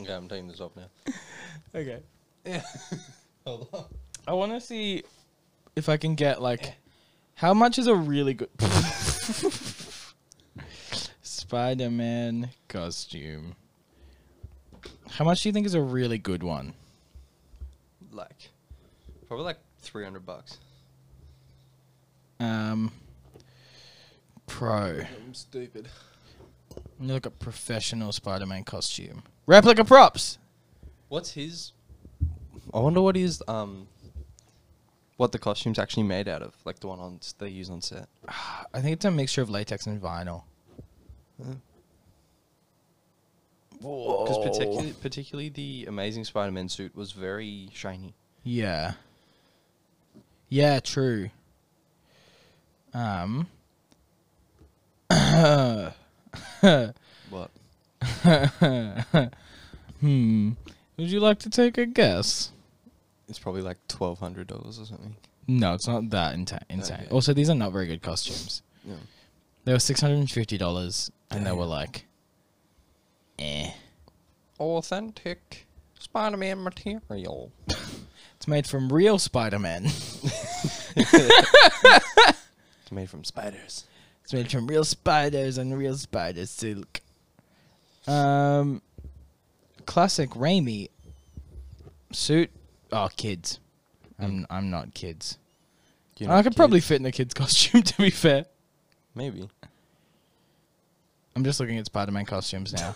Speaker 2: Okay, I'm taking this off now.
Speaker 1: okay.
Speaker 2: Yeah. Hold on.
Speaker 1: I wanna see if I can get like how much is a really good Spider Man costume. How much do you think is a really good one?
Speaker 2: Like, probably like 300 bucks.
Speaker 1: Um, pro.
Speaker 2: I'm stupid.
Speaker 1: Let me look at professional Spider-Man costume. Replica props.
Speaker 2: What's his? I wonder what his um what the costume's actually made out of, like the one on s- they use on set.
Speaker 1: I think it's a mixture of latex and vinyl.
Speaker 2: Because particularly, particularly the Amazing Spider-Man suit was very shiny.
Speaker 1: Yeah. Yeah, true. Um.
Speaker 2: What?
Speaker 1: hmm. Would you like to take a guess?
Speaker 2: It's probably like twelve hundred dollars or something.
Speaker 1: No, it's not that inta- insane.
Speaker 2: Okay.
Speaker 1: Also, these are not very good costumes.
Speaker 2: Yeah.
Speaker 1: They were six hundred and fifty dollars, and they were like, eh.
Speaker 2: Authentic Spider-Man material.
Speaker 1: It's made from real Spider-Man.
Speaker 2: It's made from spiders.
Speaker 1: it's made from real spiders and real spider silk. Um, classic Raimi suit. Oh, kids. I'm I'm not kids.
Speaker 2: You
Speaker 1: I could probably
Speaker 2: Mm. kids?
Speaker 1: fit in a kid's costume. To be fair,
Speaker 2: maybe
Speaker 1: I'm just looking at Spider-Man costumes now.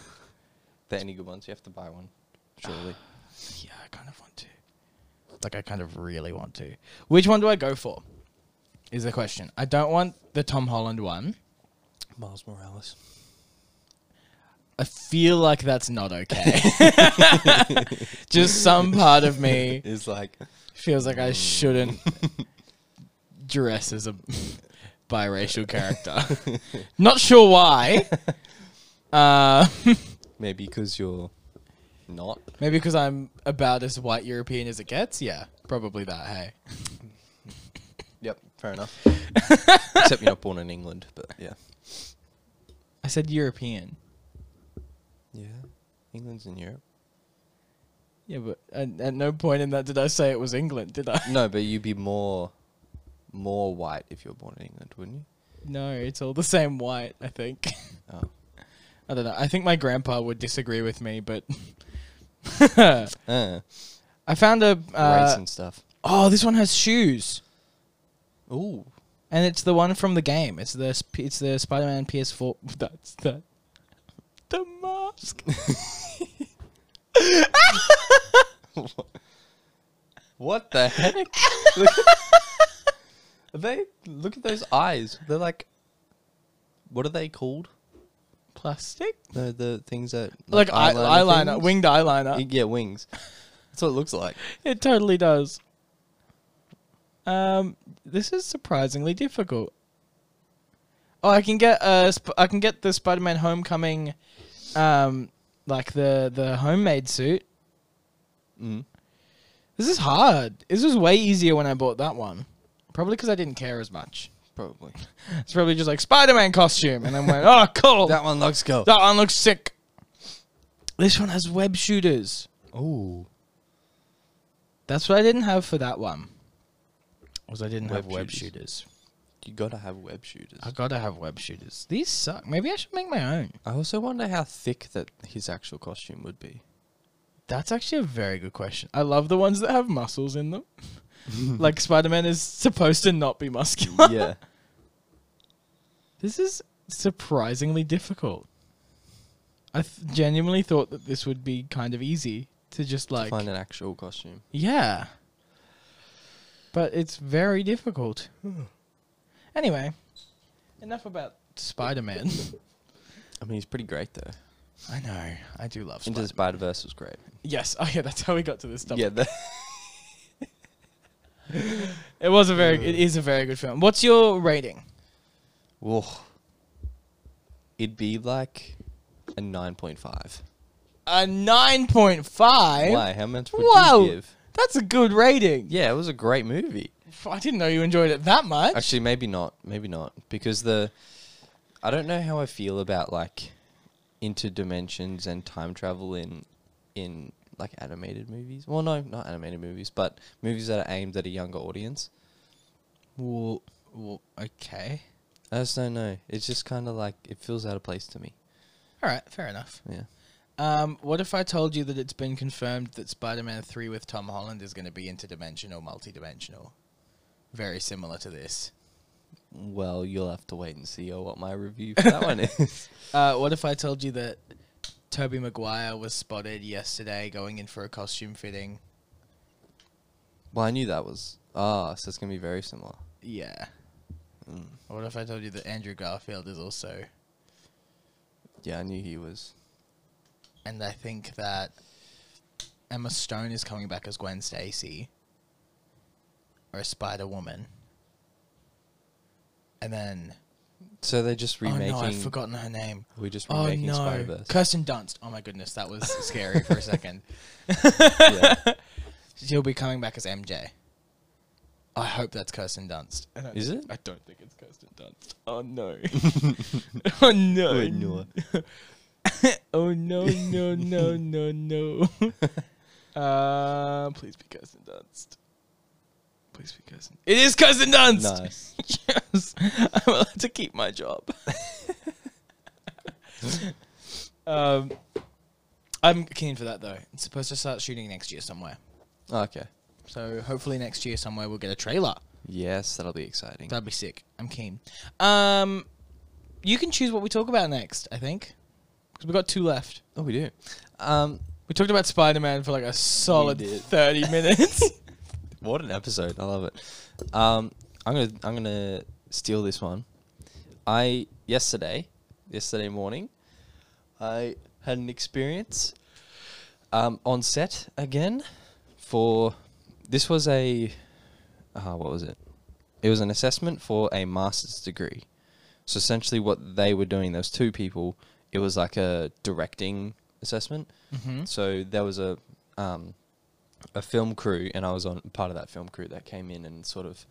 Speaker 2: they're any good ones. You have to buy one, surely.
Speaker 1: yeah, I kind of want to. Like, I kind of really want to. Which one do I go for? Is the question. I don't want the Tom Holland one.
Speaker 2: Miles Morales.
Speaker 1: I feel like that's not okay. Just some part of me
Speaker 2: is like
Speaker 1: feels like I shouldn't dress as a biracial character. not sure why. Uh,
Speaker 2: maybe because you're not.
Speaker 1: maybe because I'm about as white European as it gets. Yeah, probably that. Hey.
Speaker 2: Yep, fair enough. Except you're not born in England, but yeah,
Speaker 1: I said European.
Speaker 2: yeah, England's in Europe.
Speaker 1: Yeah, but at, at no point in that did I say it was England, did I?
Speaker 2: No, but you'd be more more white if you were born in England, wouldn't you?
Speaker 1: No, it's all the same white, I think.
Speaker 2: Oh.
Speaker 1: I don't know. I think my grandpa would disagree with me, but
Speaker 2: Uh,
Speaker 1: I found a.
Speaker 2: race
Speaker 1: Uh,
Speaker 2: and stuff.
Speaker 1: oh, this one has shoes,
Speaker 2: Ooh,
Speaker 1: and it's the one from the game. It's the sp- it's the Spider-Man PS4. That's the the mask.
Speaker 2: what the heck? Are they look at those eyes. They're like, what are they called?
Speaker 1: Plastic,
Speaker 2: The the things that
Speaker 1: like, eye- eyeliner,
Speaker 2: things?
Speaker 1: winged eyeliner.
Speaker 2: Yeah, wings. That's what it looks like.
Speaker 1: It totally does. Um, this is surprisingly difficult. Oh, I can get uh, sp- I can get the Spider-Man Homecoming, um, like the the homemade suit.
Speaker 2: Mm.
Speaker 1: This is hard. This was way easier when I bought that one. Probably because I didn't care as much.
Speaker 2: Probably.
Speaker 1: It's probably just like Spider-Man costume, and I went, "Oh, cool! that,
Speaker 2: That one looks cool.
Speaker 1: one looks sick." This one has web shooters.
Speaker 2: Ooh.
Speaker 1: That's what I didn't have for that one. Was I didn't
Speaker 2: Web
Speaker 1: have web
Speaker 2: shooters.
Speaker 1: shooters.
Speaker 2: You gotta have web shooters.
Speaker 1: I gotta have web shooters. These suck. Maybe I should make my own.
Speaker 2: I also wonder how thick that his actual costume would be.
Speaker 1: That's actually a very good question. I love the ones that have muscles in them. like Spider-Man is supposed to not be muscular.
Speaker 2: yeah.
Speaker 1: This is surprisingly difficult. I th- genuinely thought that this would be kind of easy to just like
Speaker 2: Find an actual costume.
Speaker 1: yeah. But it's very difficult. Anyway, enough about Spider-Man.
Speaker 2: I mean, he's pretty great though.
Speaker 1: I know. I do love
Speaker 2: Into
Speaker 1: Spider.
Speaker 2: the Spider Verse was great.
Speaker 1: Yes. Oh yeah, that's how we got to this topic.
Speaker 2: Yeah. The
Speaker 1: It was a
Speaker 2: Mm.
Speaker 1: very. It is a very good film. What's your rating?
Speaker 2: Whoa. It'd be like a nine point five.
Speaker 1: A nine point five.
Speaker 2: Why? How much would
Speaker 1: Wow.
Speaker 2: you give?
Speaker 1: That's a good rating.
Speaker 2: Yeah, it was a great movie.
Speaker 1: I didn't know you enjoyed it that much.
Speaker 2: Actually, maybe not. Maybe not because the I don't know how I feel about like interdimensions and time travel in in like animated movies. Well, no, not animated movies, but movies that are aimed at a younger audience.
Speaker 1: Well, well, okay.
Speaker 2: I just don't know. It's just kind of like it feels out of place to me.
Speaker 1: All right. Fair enough.
Speaker 2: Yeah.
Speaker 1: Um, what if I told you that it's been confirmed that Spider-Man three with Tom Holland is going to be interdimensional, multidimensional, very similar to this?
Speaker 2: Well, you'll have to wait and see uh, what my review for that one is.
Speaker 1: Uh, what if I told you that Toby Maguire was spotted yesterday going in for a costume fitting?
Speaker 2: Well, I knew that was Ah, so it's gonna be very similar.
Speaker 1: Yeah. What if I told you that Andrew Garfield is also,
Speaker 2: Yeah, I knew he was.
Speaker 1: and I think that Emma Stone is coming back as Gwen Stacy, or a Spider Woman, and then
Speaker 2: So they're just remaking.
Speaker 1: oh no, I've forgotten her name.
Speaker 2: We're just
Speaker 1: Oh
Speaker 2: remaking Spider
Speaker 1: no,
Speaker 2: Verse.
Speaker 1: Kirsten Dunst. Oh my goodness, that was scary for a second.
Speaker 2: yeah.
Speaker 1: She'll be coming back as MJ. I hope that's Kirsten Dunst. I don't
Speaker 2: Is
Speaker 1: think-
Speaker 2: it?
Speaker 1: I don't think it's Kirsten Dunst. Oh no. oh no.
Speaker 2: Oh, no.
Speaker 1: oh no no no no no. uh, please be Kirsten Dunst. Please be Kirsten. It is Kirsten Dunst.
Speaker 2: Nice.
Speaker 1: yes, I'm allowed to keep my job. um, I'm keen for that though. It's supposed to start shooting next year somewhere.
Speaker 2: Okay.
Speaker 1: So hopefully next year somewhere we'll get a trailer.
Speaker 2: Yes, that'll be exciting.
Speaker 1: That'd be sick. I'm keen. Um, you can choose what we talk about next. I think because we got two left.
Speaker 2: oh, we do. Um,
Speaker 1: We talked about Spider Man for like a solid
Speaker 2: did.
Speaker 1: thirty minutes.
Speaker 2: what an episode! I love it. Um, I'm gonna I'm gonna steal this one. I yesterday yesterday morning, I had an experience um, on set again for this was a uh, what was it? It was an assessment for a master's degree. So essentially, what they were doing, there was two people. It was like a directing assessment.
Speaker 1: Mm-hmm.
Speaker 2: Mm-hmm. So there was a um, a film crew, and I was on part of that film crew that came in and sort of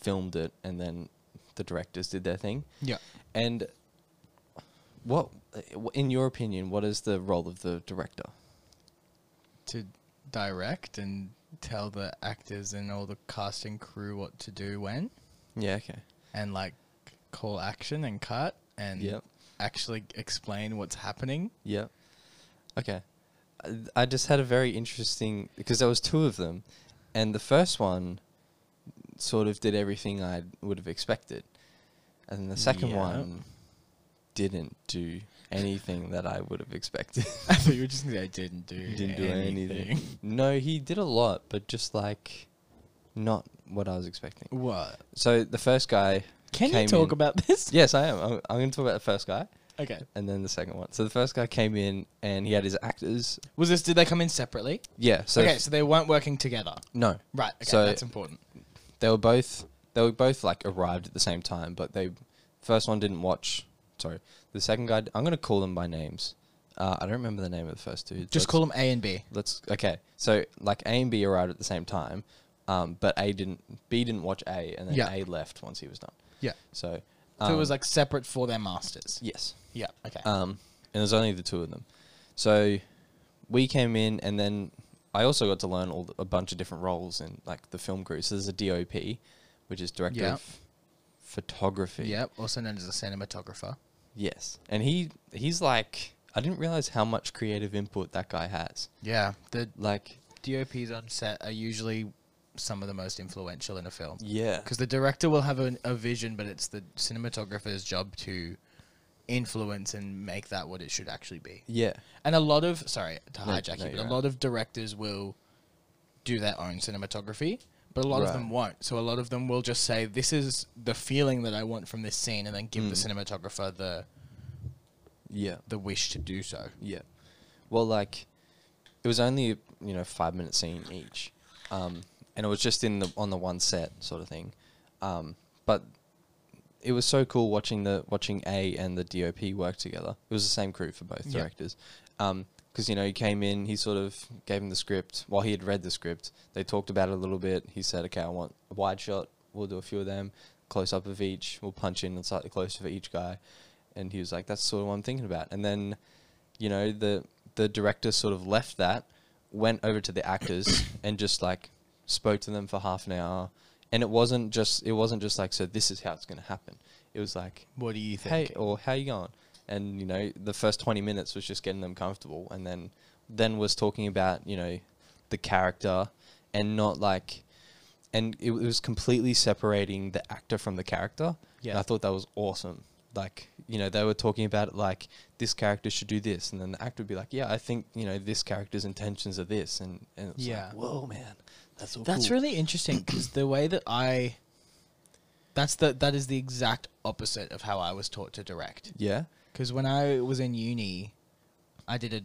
Speaker 2: filmed it, and then the directors did their thing.
Speaker 1: yeah.
Speaker 2: And what, in your opinion, what is the role of the director?
Speaker 1: To direct and tell the actors and all the casting crew what to do when
Speaker 2: Yeah. Okay.
Speaker 1: and like call action and cut and
Speaker 2: Yep.
Speaker 1: actually explain what's happening.
Speaker 2: Yeah. Okay. I- I just had a very interesting because there was two of them, and the first one sort of did everything I would have expected, and then the second
Speaker 1: Yeah.
Speaker 2: one didn't do anything that I would have expected.
Speaker 1: I thought you were just gonna say I didn't do
Speaker 2: He didn't do anything. No, he did a lot, but just like not what I was expecting.
Speaker 1: What?
Speaker 2: So the first guy.
Speaker 1: Can
Speaker 2: came
Speaker 1: you talk
Speaker 2: in-
Speaker 1: about this?
Speaker 2: Yes, I am. I'm, I'm going to talk about the first guy
Speaker 1: Okay.
Speaker 2: and then the second one. So the first guy came in and he had his actors.
Speaker 1: Was this? Did they come in separately?
Speaker 2: Yeah. So
Speaker 1: okay, so they weren't working together.
Speaker 2: no.
Speaker 1: Right. Okay,
Speaker 2: So-
Speaker 1: that's important.
Speaker 2: they were both they were both like arrived at the same time, but they first one didn't watch. Sorry, the second guy. I'm gonna call them by names. Uh, I don't remember the name of the first dude.
Speaker 1: Just call them A and B.
Speaker 2: Let's okay. So like A and B arrived at the same time, um, but A didn't. B didn't watch A, and then
Speaker 1: Yeah.
Speaker 2: A left once he was done.
Speaker 1: Yeah.
Speaker 2: So,
Speaker 1: So
Speaker 2: um,
Speaker 1: it was like separate for their masters.
Speaker 2: yes.
Speaker 1: Yeah. Okay.
Speaker 2: Um, and there's only the two of them. So we came in, and then I also got to learn all the, a bunch of different roles in like the film crew. So there's a DOP, which is director
Speaker 1: Yeah.
Speaker 2: of photography.
Speaker 1: yep. Also known as a cinematographer.
Speaker 2: Yes, and he he's like I didn't realize how much creative input that guy has.
Speaker 1: Yeah. The
Speaker 2: Like
Speaker 1: DOPs on set are usually some of the most influential in a film.
Speaker 2: yeah,
Speaker 1: Because the director will have an, a vision, but it's the cinematographer's job to influence and make that what it should actually be.
Speaker 2: yeah,
Speaker 1: And a lot of sorry to
Speaker 2: No,
Speaker 1: hijack
Speaker 2: no,
Speaker 1: you, but
Speaker 2: you're
Speaker 1: a
Speaker 2: right.
Speaker 1: lot of directors will do their own cinematography, but a lot of them
Speaker 2: Right.
Speaker 1: won't. So a lot of them will just say, "This is the feeling that I want from this scene," and then give the
Speaker 2: Mm.
Speaker 1: cinematographer the
Speaker 2: yeah,
Speaker 1: the wish to do so.
Speaker 2: yeah. Well, like it was only you know five minute scene each, um, and it was just in the on the one set sort of thing, um, but it was so cool watching the watching A and the DOP work together. It was the same crew for both
Speaker 1: Yeah.
Speaker 2: directors. Um 'cause because you know he came in, he sort of gave him the script. While he had read the script, they talked about it a little bit. He said, "Okay, I want a wide shot. We'll do a few of them, close up of each. We'll punch in slightly closer for each guy." And he was like, "That's sort of what I'm thinking about." And then, you know, the the director sort of left that, went over to the actors and just like spoke to them for half an hour and it wasn't just it wasn't just like so this is how it's going to happen it was like
Speaker 1: What do you
Speaker 2: hey
Speaker 1: think?
Speaker 2: or how you going and you know the first 20 minutes was just getting them comfortable and then then was talking about you know the character and not like and it, was completely separating the actor from the character and
Speaker 1: Yeah.
Speaker 2: i thought that was awesome like you know they were talking about it like this character should do this and then the actor would be like yeah i think you know this character's intentions are this and, and it's
Speaker 1: Yeah.
Speaker 2: like whoa man That's so
Speaker 1: That's
Speaker 2: cool.
Speaker 1: really interesting because the way that I. That's the that is the exact opposite of how I was taught to direct.
Speaker 2: yeah.
Speaker 1: Because when I was in uni, I did a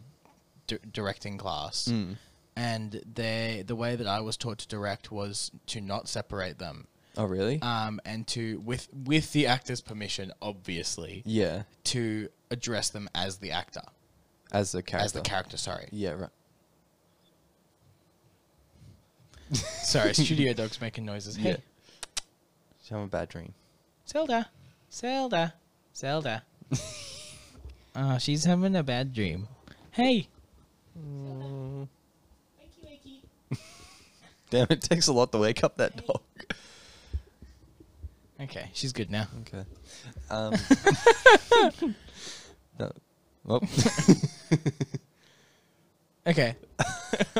Speaker 1: di- directing class,
Speaker 2: Mm.
Speaker 1: and they the way that I was taught to direct was to not separate them,
Speaker 2: Oh really?
Speaker 1: um, and to with with the actor's permission, obviously,
Speaker 2: yeah.
Speaker 1: to address them as the actor,
Speaker 2: As the character.
Speaker 1: as the character. Sorry,
Speaker 2: Yeah. Right.
Speaker 1: sorry. Studio dogs making noises. Hey,
Speaker 2: Yeah. She's having a bad dream.
Speaker 1: Zelda, Zelda, Zelda. oh, she's having a bad dream. Hey,
Speaker 2: Damn, it takes a lot to wake up that dog.
Speaker 1: okay, she's good now.
Speaker 2: Okay. Um. no. Well,
Speaker 1: Okay,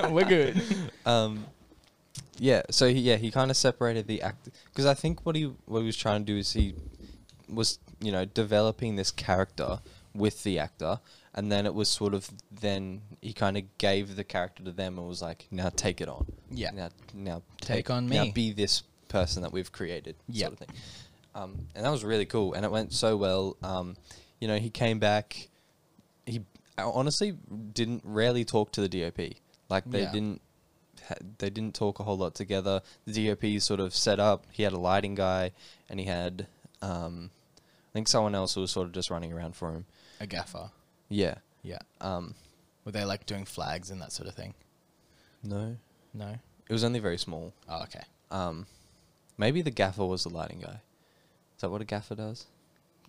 Speaker 1: we're good.
Speaker 2: um, yeah. So he, yeah, he kind of separated the act because I think what he what he was trying to do is he was you know developing this character with the actor, and then it was sort of then he kind of gave the character to them and was like, now take it on.
Speaker 1: Yeah.
Speaker 2: Now now
Speaker 1: Take on me."
Speaker 2: Now be this person that we've created.
Speaker 1: Yeah.
Speaker 2: Sort of thing. Um, and that was really cool, and it went so well. Um, you know, he came back. He I honestly didn't rarely talk to the DOP. Like they
Speaker 1: Yeah.
Speaker 2: didn't ha- they didn't talk a whole lot together. The DOP sort of set up. He had a lighting guy, and he had um, I think someone else who was sort of just running around for him.
Speaker 1: A gaffer.
Speaker 2: Yeah.
Speaker 1: Yeah.
Speaker 2: Um,
Speaker 1: Were they like doing flags and that sort of thing?
Speaker 2: no,
Speaker 1: No.
Speaker 2: it was only very small.
Speaker 1: Oh, okay.
Speaker 2: Um, maybe the gaffer was the lighting guy. Is that what a gaffer does?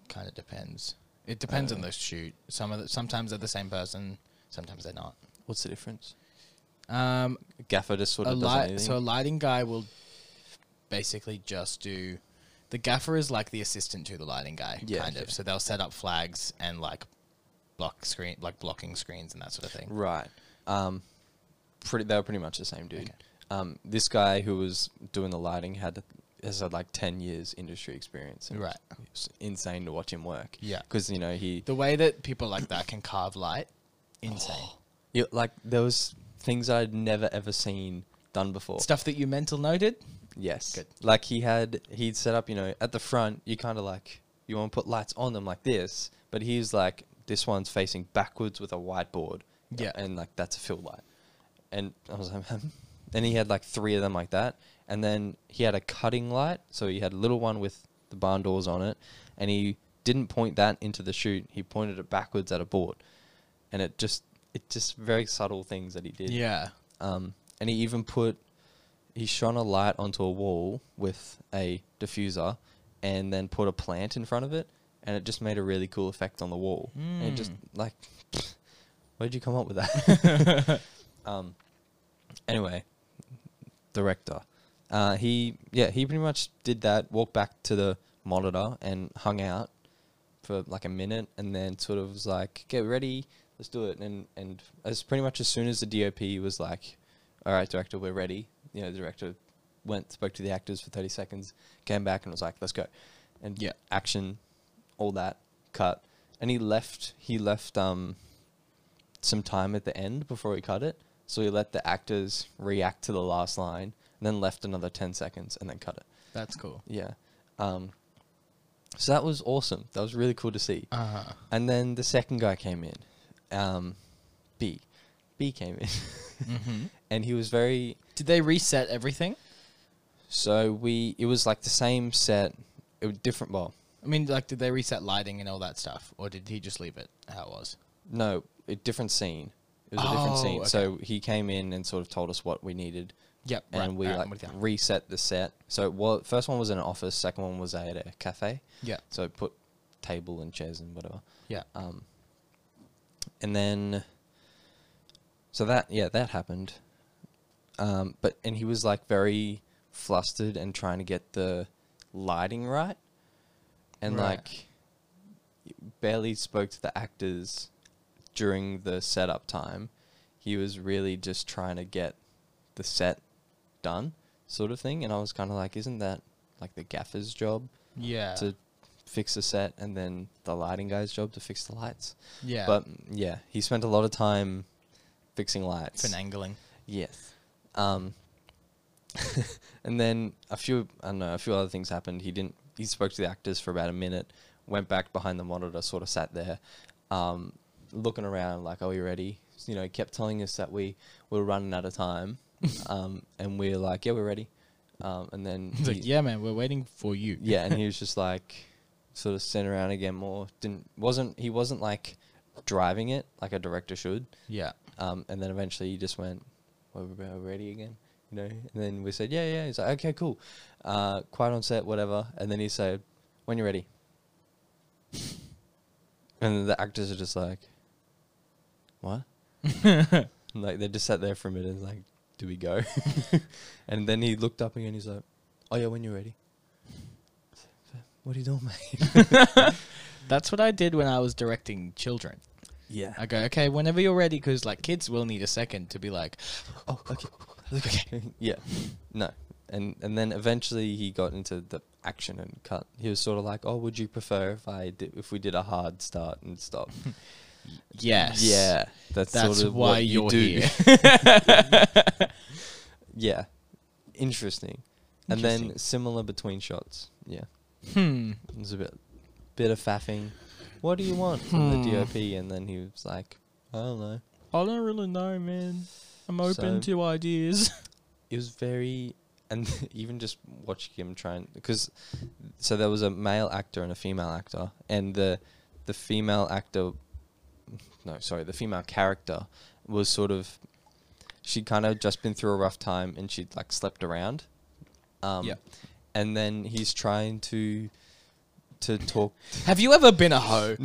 Speaker 1: Kind of depends. It depends on the shoot. Some of the, sometimes they're the same person. Sometimes they're not.
Speaker 2: What's the difference?
Speaker 1: Um,
Speaker 2: A gaffer just sort
Speaker 1: a
Speaker 2: of does
Speaker 1: light.
Speaker 2: anything.
Speaker 1: So a lighting guy will basically just do. The gaffer is like the assistant to the lighting guy,
Speaker 2: Yeah,
Speaker 1: kind of.
Speaker 2: okay.
Speaker 1: So they'll set up flags and like block screen, like blocking screens and that sort of thing.
Speaker 2: Right. Um, pretty. They were pretty much the same dude.
Speaker 1: Okay.
Speaker 2: Um, this guy who was doing the lighting had has had like ten years industry experience. And
Speaker 1: Right.
Speaker 2: It's insane to watch him work.
Speaker 1: Yeah.
Speaker 2: Because you know he,
Speaker 1: The way that people like that can carve light,
Speaker 2: Oh.
Speaker 1: insane
Speaker 2: he- like there was things I'd never ever seen done before.
Speaker 1: stuff that you mental noted.
Speaker 2: Yes.
Speaker 1: Good.
Speaker 2: Like he had he'd set up, you know, at the front, you kind of like you want to put lights on them like this, but he's like this one's facing backwards with a whiteboard.
Speaker 1: Yeah.
Speaker 2: And like that's a fill light. And I was like, man. And he had like three of them like that. And then he had a cutting light, so he had a little one with the barn doors on it, and he didn't point that into the chute. He pointed it backwards at a board. And it just it just very subtle things that he did.
Speaker 1: Yeah.
Speaker 2: Um, and he even put he shone a light onto a wall with a diffuser and then put a plant in front of it and it just made a really cool effect on the wall. And it just like where'd you come up with that? um anyway, director. Uh he yeah, he pretty much did that, walked back to the monitor and hung out for like a minute and then sort of was like, "Get ready, let's do it." And and as pretty much as soon as the DOP was like, "All right, director, we're ready," you know, the director went spoke to the actors for thirty seconds, came back and was like, "Let's go," and
Speaker 1: Yeah.
Speaker 2: action, all that cut, and he left. He left um some time at the end before he cut it, so he let the actors react to the last line, and then left another ten seconds and then cut it.
Speaker 1: That's cool.
Speaker 2: Yeah. Um, so that was awesome. That was really cool to see.
Speaker 1: Uh huh.
Speaker 2: And then the second guy came in, um, B. B came in,
Speaker 1: Mm-hmm.
Speaker 2: and he was very.
Speaker 1: Did they reset everything?
Speaker 2: So we, it was like the same set, it was different. Well,
Speaker 1: I mean, like, did they reset lighting and all that stuff, or did he just leave it how it was?
Speaker 2: no, a different scene. It was a different
Speaker 1: Oh,
Speaker 2: scene.
Speaker 1: okay.
Speaker 2: So he came in and sort of told us what we needed.
Speaker 1: Yep,
Speaker 2: And
Speaker 1: right,
Speaker 2: we
Speaker 1: right, I'm
Speaker 2: like
Speaker 1: with ya.
Speaker 2: reset the set. So it wa- first one was in an office. Second one was at a cafe.
Speaker 1: Yeah.
Speaker 2: So put table and chairs and whatever.
Speaker 1: Yeah.
Speaker 2: Um, and then, so that yeah, that happened. Um, but and he was like very flustered and trying to get the lighting right, and
Speaker 1: Right.
Speaker 2: like barely spoke to the actors during the setup time. He was really just trying to get the set done, sort of thing. And I was kind of like, isn't that like the gaffer's job?
Speaker 1: Yeah.
Speaker 2: to fix the set and then the lighting guy's job to fix the lights.
Speaker 1: yeah.
Speaker 2: But mm, yeah, he spent a lot of time fixing lights.
Speaker 1: finagling.
Speaker 2: Yes. Um and then a few, I don't know, a few other things happened. He didn't. He spoke to the actors for about a minute, went back behind the monitor, sort of sat there, um, looking around like, "Are we ready?" You know, he kept telling us that we were running out of time, um, and we're like, "Yeah, we're ready." Um, and then
Speaker 1: It's
Speaker 2: he-
Speaker 1: like, yeah, man, we're waiting for you.
Speaker 2: yeah, and he was just like sort of sitting around again more. Didn't wasn't he wasn't like driving it like a director should.
Speaker 1: Yeah.
Speaker 2: Um, and then eventually he just went, "Well, we're about ready again," you know. And then we said, "Yeah, yeah." He's like, "Okay, cool." Uh, quiet on set, whatever. And then he said, "When you're ready." and the actors are just like, "What?" like they just sat there for a minute, like, "Do we go?" and then he looked up again. He's like, "Oh yeah, when you're ready." What are you doing, mate?
Speaker 1: That's what I did when I was directing children.
Speaker 2: Yeah.
Speaker 1: I go, okay, whenever you're ready, because like kids will need a second to be like,
Speaker 2: oh, okay, okay. yeah, no, and and then eventually he got into the action and cut. He was sort of like, oh, would you prefer if I did, if we did a hard start and stop?
Speaker 1: yes,
Speaker 2: yeah, that's,
Speaker 1: that's
Speaker 2: sort of
Speaker 1: why
Speaker 2: what
Speaker 1: you're
Speaker 2: you do.
Speaker 1: here.
Speaker 2: yeah, interesting. And
Speaker 1: Interesting.
Speaker 2: then similar between shots. Yeah,
Speaker 1: hmm.
Speaker 2: there's a bit bit of faffing. What do you want
Speaker 1: Hmm.
Speaker 2: from the DOP? And then he was like, I don't know.
Speaker 1: I don't really know, man. I'm
Speaker 2: So-
Speaker 1: open to ideas.
Speaker 2: it was very and even just watching him try and because so there was a male actor and a female actor and the the female actor no sorry the female character was sort of she'd kind of just been through a rough time and she'd like slept around um
Speaker 1: Yep.
Speaker 2: and then he's trying to to talk
Speaker 1: Have you ever been a hoe?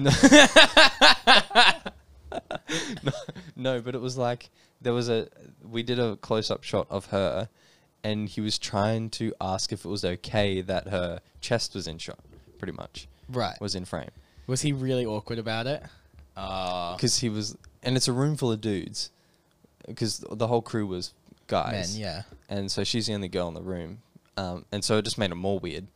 Speaker 2: No, but it was like there was a we did a close up shot of her and he was trying to ask if it was okay that her chest was in shot, pretty much.
Speaker 1: Right. Was,
Speaker 2: Was in frame.
Speaker 1: was he really awkward about it? Uh,
Speaker 2: Cuz he was and it's a room full of dudes cuz the whole crew was
Speaker 1: man,
Speaker 2: guys.
Speaker 1: yeah.
Speaker 2: And so she's the only girl in the room. Um, and so it just made it more weird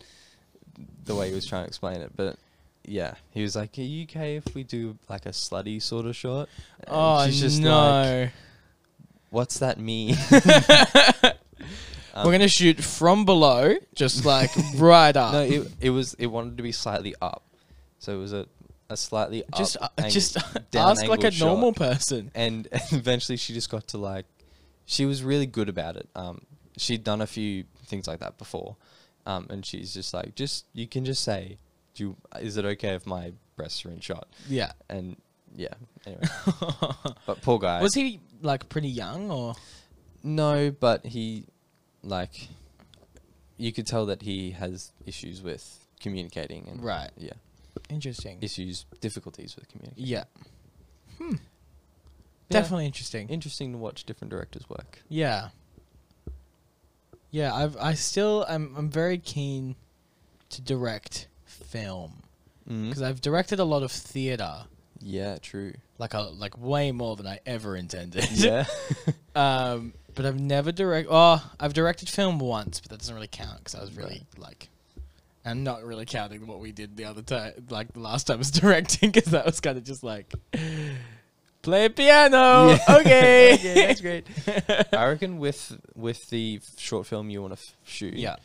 Speaker 2: the way he was trying to explain it, but yeah, he was like, "Are you okay if we do like a slutty sort of shot?" And
Speaker 1: Oh,
Speaker 2: like,
Speaker 1: no.
Speaker 2: "What's that mean?"
Speaker 1: We're going to shoot from below, just like right up.
Speaker 2: No, it it was it wanted to be slightly up, so it was a a slightly
Speaker 1: just
Speaker 2: up
Speaker 1: uh,
Speaker 2: ang-
Speaker 1: just
Speaker 2: down
Speaker 1: ask like
Speaker 2: angle
Speaker 1: a
Speaker 2: shot.
Speaker 1: normal person.
Speaker 2: And, and eventually, she just got to like, she was really good about it. Um, she'd done a few things like that before, um, and she's just like, just you can just say, do you, is it okay if my breasts are in shot?
Speaker 1: Yeah.
Speaker 2: And yeah, anyway, but poor guy.
Speaker 1: Was he like pretty young or
Speaker 2: No, but he, like, you could tell that he has issues with communicating and
Speaker 1: Right.
Speaker 2: yeah.
Speaker 1: interesting?
Speaker 2: issues, difficulties with communication.
Speaker 1: yeah. Hmm.
Speaker 2: Yeah.
Speaker 1: Definitely interesting.
Speaker 2: Interesting to watch different directors work.
Speaker 1: Yeah. Yeah, I've I still I'm I'm very keen to direct film
Speaker 2: Mm.
Speaker 1: because I've directed a lot of theater,
Speaker 2: Yeah, true.
Speaker 1: like a like way more than I ever intended.
Speaker 2: Yeah.
Speaker 1: um, but I've never direct. Oh, I've directed film once, but that doesn't really count because I was really like, and not really counting what we did the other time, like the last time I was directing, because that was kind of just like, play piano.
Speaker 2: Yeah.
Speaker 1: Okay.
Speaker 2: Okay, that's great. I reckon with with the f- short film you want to f- shoot,
Speaker 1: Yeah.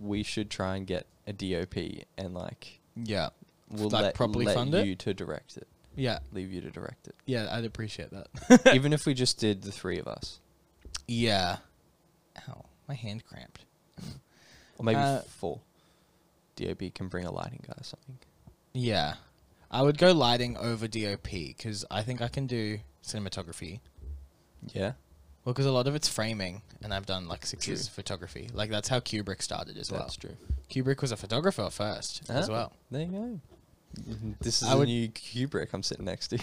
Speaker 2: we should try and get a DOP and like
Speaker 1: yeah.
Speaker 2: we'll
Speaker 1: Like,
Speaker 2: let,
Speaker 1: properly
Speaker 2: let
Speaker 1: fund it?
Speaker 2: you to direct it.
Speaker 1: Yeah.
Speaker 2: Leave you to direct it.
Speaker 1: Yeah. I'd appreciate that.
Speaker 2: Even if we just did the three of us,
Speaker 1: yeah. Ow, my hand cramped.
Speaker 2: or maybe
Speaker 1: Uh,
Speaker 2: four. DOP can bring a lighting guy or something.
Speaker 1: Yeah. I would go lighting over DOP because I think I can do cinematography.
Speaker 2: Yeah.
Speaker 1: Well, because a lot of it's framing, and I've done like six
Speaker 2: True.
Speaker 1: years of photography. Like that's how Kubrick started as well.
Speaker 2: That's true.
Speaker 1: Kubrick was a photographer first as
Speaker 2: Ah,
Speaker 1: well. Mm-hmm.
Speaker 2: There you go. This is
Speaker 1: I
Speaker 2: a
Speaker 1: would-
Speaker 2: new Kubrick I'm sitting next to.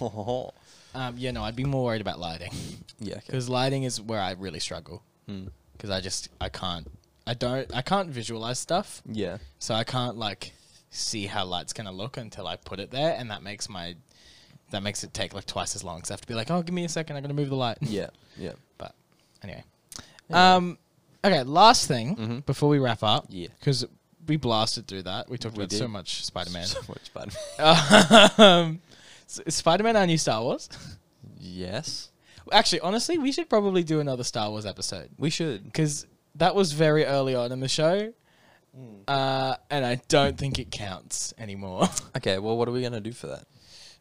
Speaker 1: Um, yeah, no, I'd be more worried about lighting
Speaker 2: yeah. okay. Hmm.
Speaker 1: because lighting is where I really struggle because I just I can't I don't I can't visualize stuff,
Speaker 2: Yeah.
Speaker 1: so I can't like see how light's gonna look until I put it there, and that makes my that makes it take like twice as long. Because I have to be like, oh, give me a second, I'm gonna move the light.
Speaker 2: Yeah. Yeah.
Speaker 1: But anyway. Um, okay, last thing before we wrap up.
Speaker 2: Mm-hmm. Yeah.
Speaker 1: Because we blasted through that. We talked
Speaker 2: We
Speaker 1: about so
Speaker 2: did.
Speaker 1: much Spider Man.
Speaker 2: So much fun.
Speaker 1: um, Spider Man, our new Star Wars.
Speaker 2: yes.
Speaker 1: Actually, honestly, we should probably do another Star Wars episode.
Speaker 2: We should.
Speaker 1: Because that was very early on in the show,
Speaker 2: Hmm.
Speaker 1: uh, and I don't think it counts anymore.
Speaker 2: Okay, well, what are we going to do for that?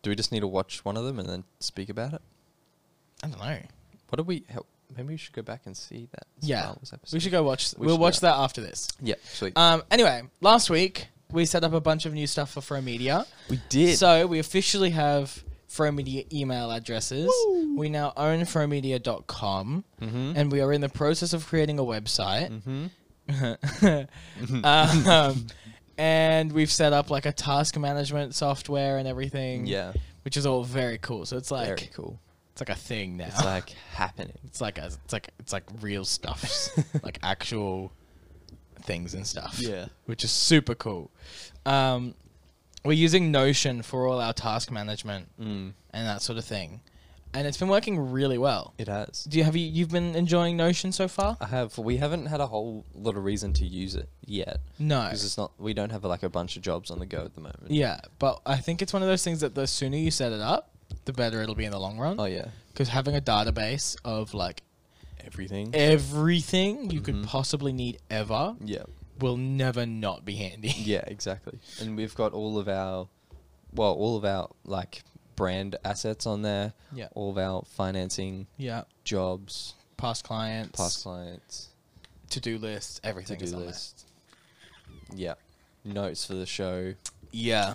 Speaker 2: Do we just need to watch one of them and then speak about it?
Speaker 1: I don't know.
Speaker 2: What do we? How, maybe we should go back and see that.
Speaker 1: Yeah,
Speaker 2: Star Wars episode.
Speaker 1: we should go watch.
Speaker 2: We
Speaker 1: We will
Speaker 2: should,
Speaker 1: watch
Speaker 2: yeah.
Speaker 1: that after this.
Speaker 2: Yeah, sweet.
Speaker 1: Um, anyway, last week we set up a bunch of new stuff for Fro Media.
Speaker 2: we did.
Speaker 1: So we officially have Fro Media email addresses. We now own fromedia.com
Speaker 2: Mhm.
Speaker 1: and we are in the process of creating a website.
Speaker 2: hmm Mm-hmm.
Speaker 1: um, and we've set up like a task management software and everything.
Speaker 2: Yeah,
Speaker 1: Which is all very cool. So it's like
Speaker 2: very cool.
Speaker 1: it's like a thing now.
Speaker 2: It's like happening.
Speaker 1: it's like a, it's like it's like real stuff, like actual things and stuff.
Speaker 2: Yeah.
Speaker 1: which is super cool. Um, we're using Notion for all our task management
Speaker 2: Mm,
Speaker 1: and that sort of thing, and it's been working really well.
Speaker 2: it has.
Speaker 1: Do you have you you've been enjoying Notion so far?
Speaker 2: I have. We haven't had a whole lot of reason to use it yet
Speaker 1: No.
Speaker 2: because it's not. We don't have like a bunch of jobs on the go at the moment.
Speaker 1: Yeah, but I think it's one of those things that the sooner you set it up, the better it'll be in the long run.
Speaker 2: Oh yeah.
Speaker 1: Because having a database of like
Speaker 2: Everything.
Speaker 1: everything you
Speaker 2: Mm-hmm.
Speaker 1: could possibly need ever
Speaker 2: yeah.
Speaker 1: will never not be handy.
Speaker 2: Yeah. Exactly. And we've got all of our, well, all of our like brand assets on there.
Speaker 1: Yeah.
Speaker 2: All of our financing,
Speaker 1: yeah.
Speaker 2: jobs,
Speaker 1: past clients,
Speaker 2: past clients,
Speaker 1: to do lists,
Speaker 2: to
Speaker 1: everything
Speaker 2: do
Speaker 1: is on
Speaker 2: list. Yeah. Notes for the show.
Speaker 1: there. Yeah,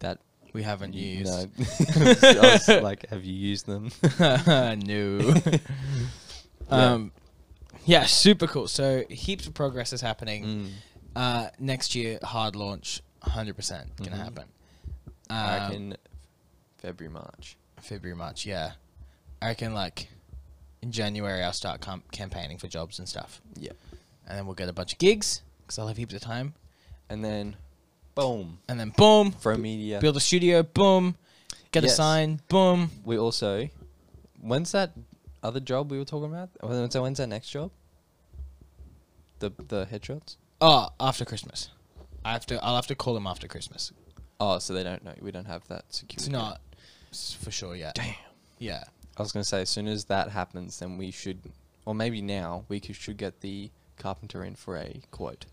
Speaker 2: That
Speaker 1: we haven't used.
Speaker 2: No. I was like, have you used them?
Speaker 1: no. um, yeah, super cool. So heaps of progress is happening.
Speaker 2: Mm.
Speaker 1: Uh, next year, hard launch, hundred percent gonna
Speaker 2: Mhm.
Speaker 1: happen.
Speaker 2: I
Speaker 1: Um,
Speaker 2: reckon February, March.
Speaker 1: February, March. Yeah, I reckon like in January I'll start com- campaigning for jobs and stuff,
Speaker 2: Yeah.
Speaker 1: and then we'll get a bunch of gigs because I'll have heaps of time.
Speaker 2: And then, boom.
Speaker 1: And then boom,
Speaker 2: From media.
Speaker 1: build a studio, boom, get a
Speaker 2: Yes.
Speaker 1: sign, boom.
Speaker 2: we also. When's that other job we were talking about? When's that, when's that next job? The the headshots.
Speaker 1: Oh, after Christmas. I have to. I'll have to call him after Christmas.
Speaker 2: Oh, so they don't know. We don't have that security.
Speaker 1: It's not s- for sure yet. Damn. Yeah.
Speaker 2: I was gonna say, as soon as that happens, then we should, or maybe now we could, should get the carpenter in for a quote.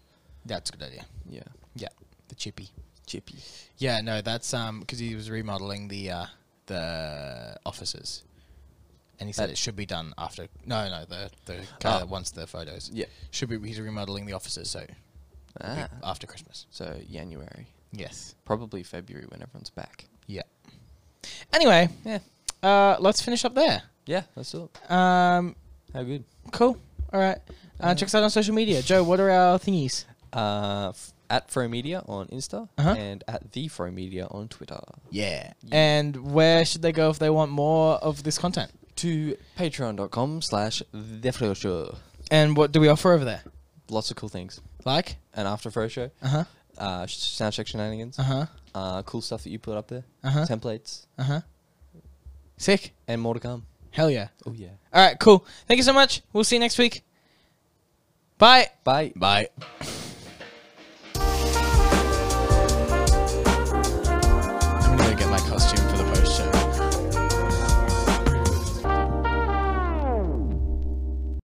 Speaker 1: That's a good idea.
Speaker 2: Yeah.
Speaker 1: Yeah. The chippy.
Speaker 2: Chippy.
Speaker 1: Yeah. No, that's um because he was remodeling the uh the offices, and he said
Speaker 2: That-
Speaker 1: it should be done after. No, no, the the guy
Speaker 2: Ah.
Speaker 1: that wants the photos.
Speaker 2: Yeah.
Speaker 1: Should be. He's remodeling the offices, so it'll be
Speaker 2: Ah.
Speaker 1: after Christmas.
Speaker 2: So January,
Speaker 1: Yes.
Speaker 2: probably February when everyone's back.
Speaker 1: Yeah. Anyway,
Speaker 2: Yeah.
Speaker 1: uh, let's finish up there.
Speaker 2: Yeah, that's all.
Speaker 1: Um,
Speaker 2: How good?
Speaker 1: Cool. All right. Uh, check us out on social media. Joe, what are our thingies?
Speaker 2: Uh, f- at Fro Media on Insta
Speaker 1: Uh-huh.
Speaker 2: and at the Fro Media on Twitter.
Speaker 1: Yeah. And where should they go if they want more of this content?
Speaker 2: To patreon.com slash the Fro Show.
Speaker 1: And what do we offer over there?
Speaker 2: Lots of cool things.
Speaker 1: Like?
Speaker 2: And after Fro Show,
Speaker 1: Uh huh.
Speaker 2: uh, sh- sound check shenanigans,
Speaker 1: Uh huh.
Speaker 2: uh, cool stuff that you put up there,
Speaker 1: Uh-huh.
Speaker 2: templates,
Speaker 1: Uh huh. Sick.
Speaker 2: and more to come.
Speaker 1: Hell yeah.
Speaker 2: Oh, yeah.
Speaker 1: All right. Cool. Thank you so much. We'll see you next week. Bye.
Speaker 2: Bye.
Speaker 1: Bye. I'm gonna go get my costume.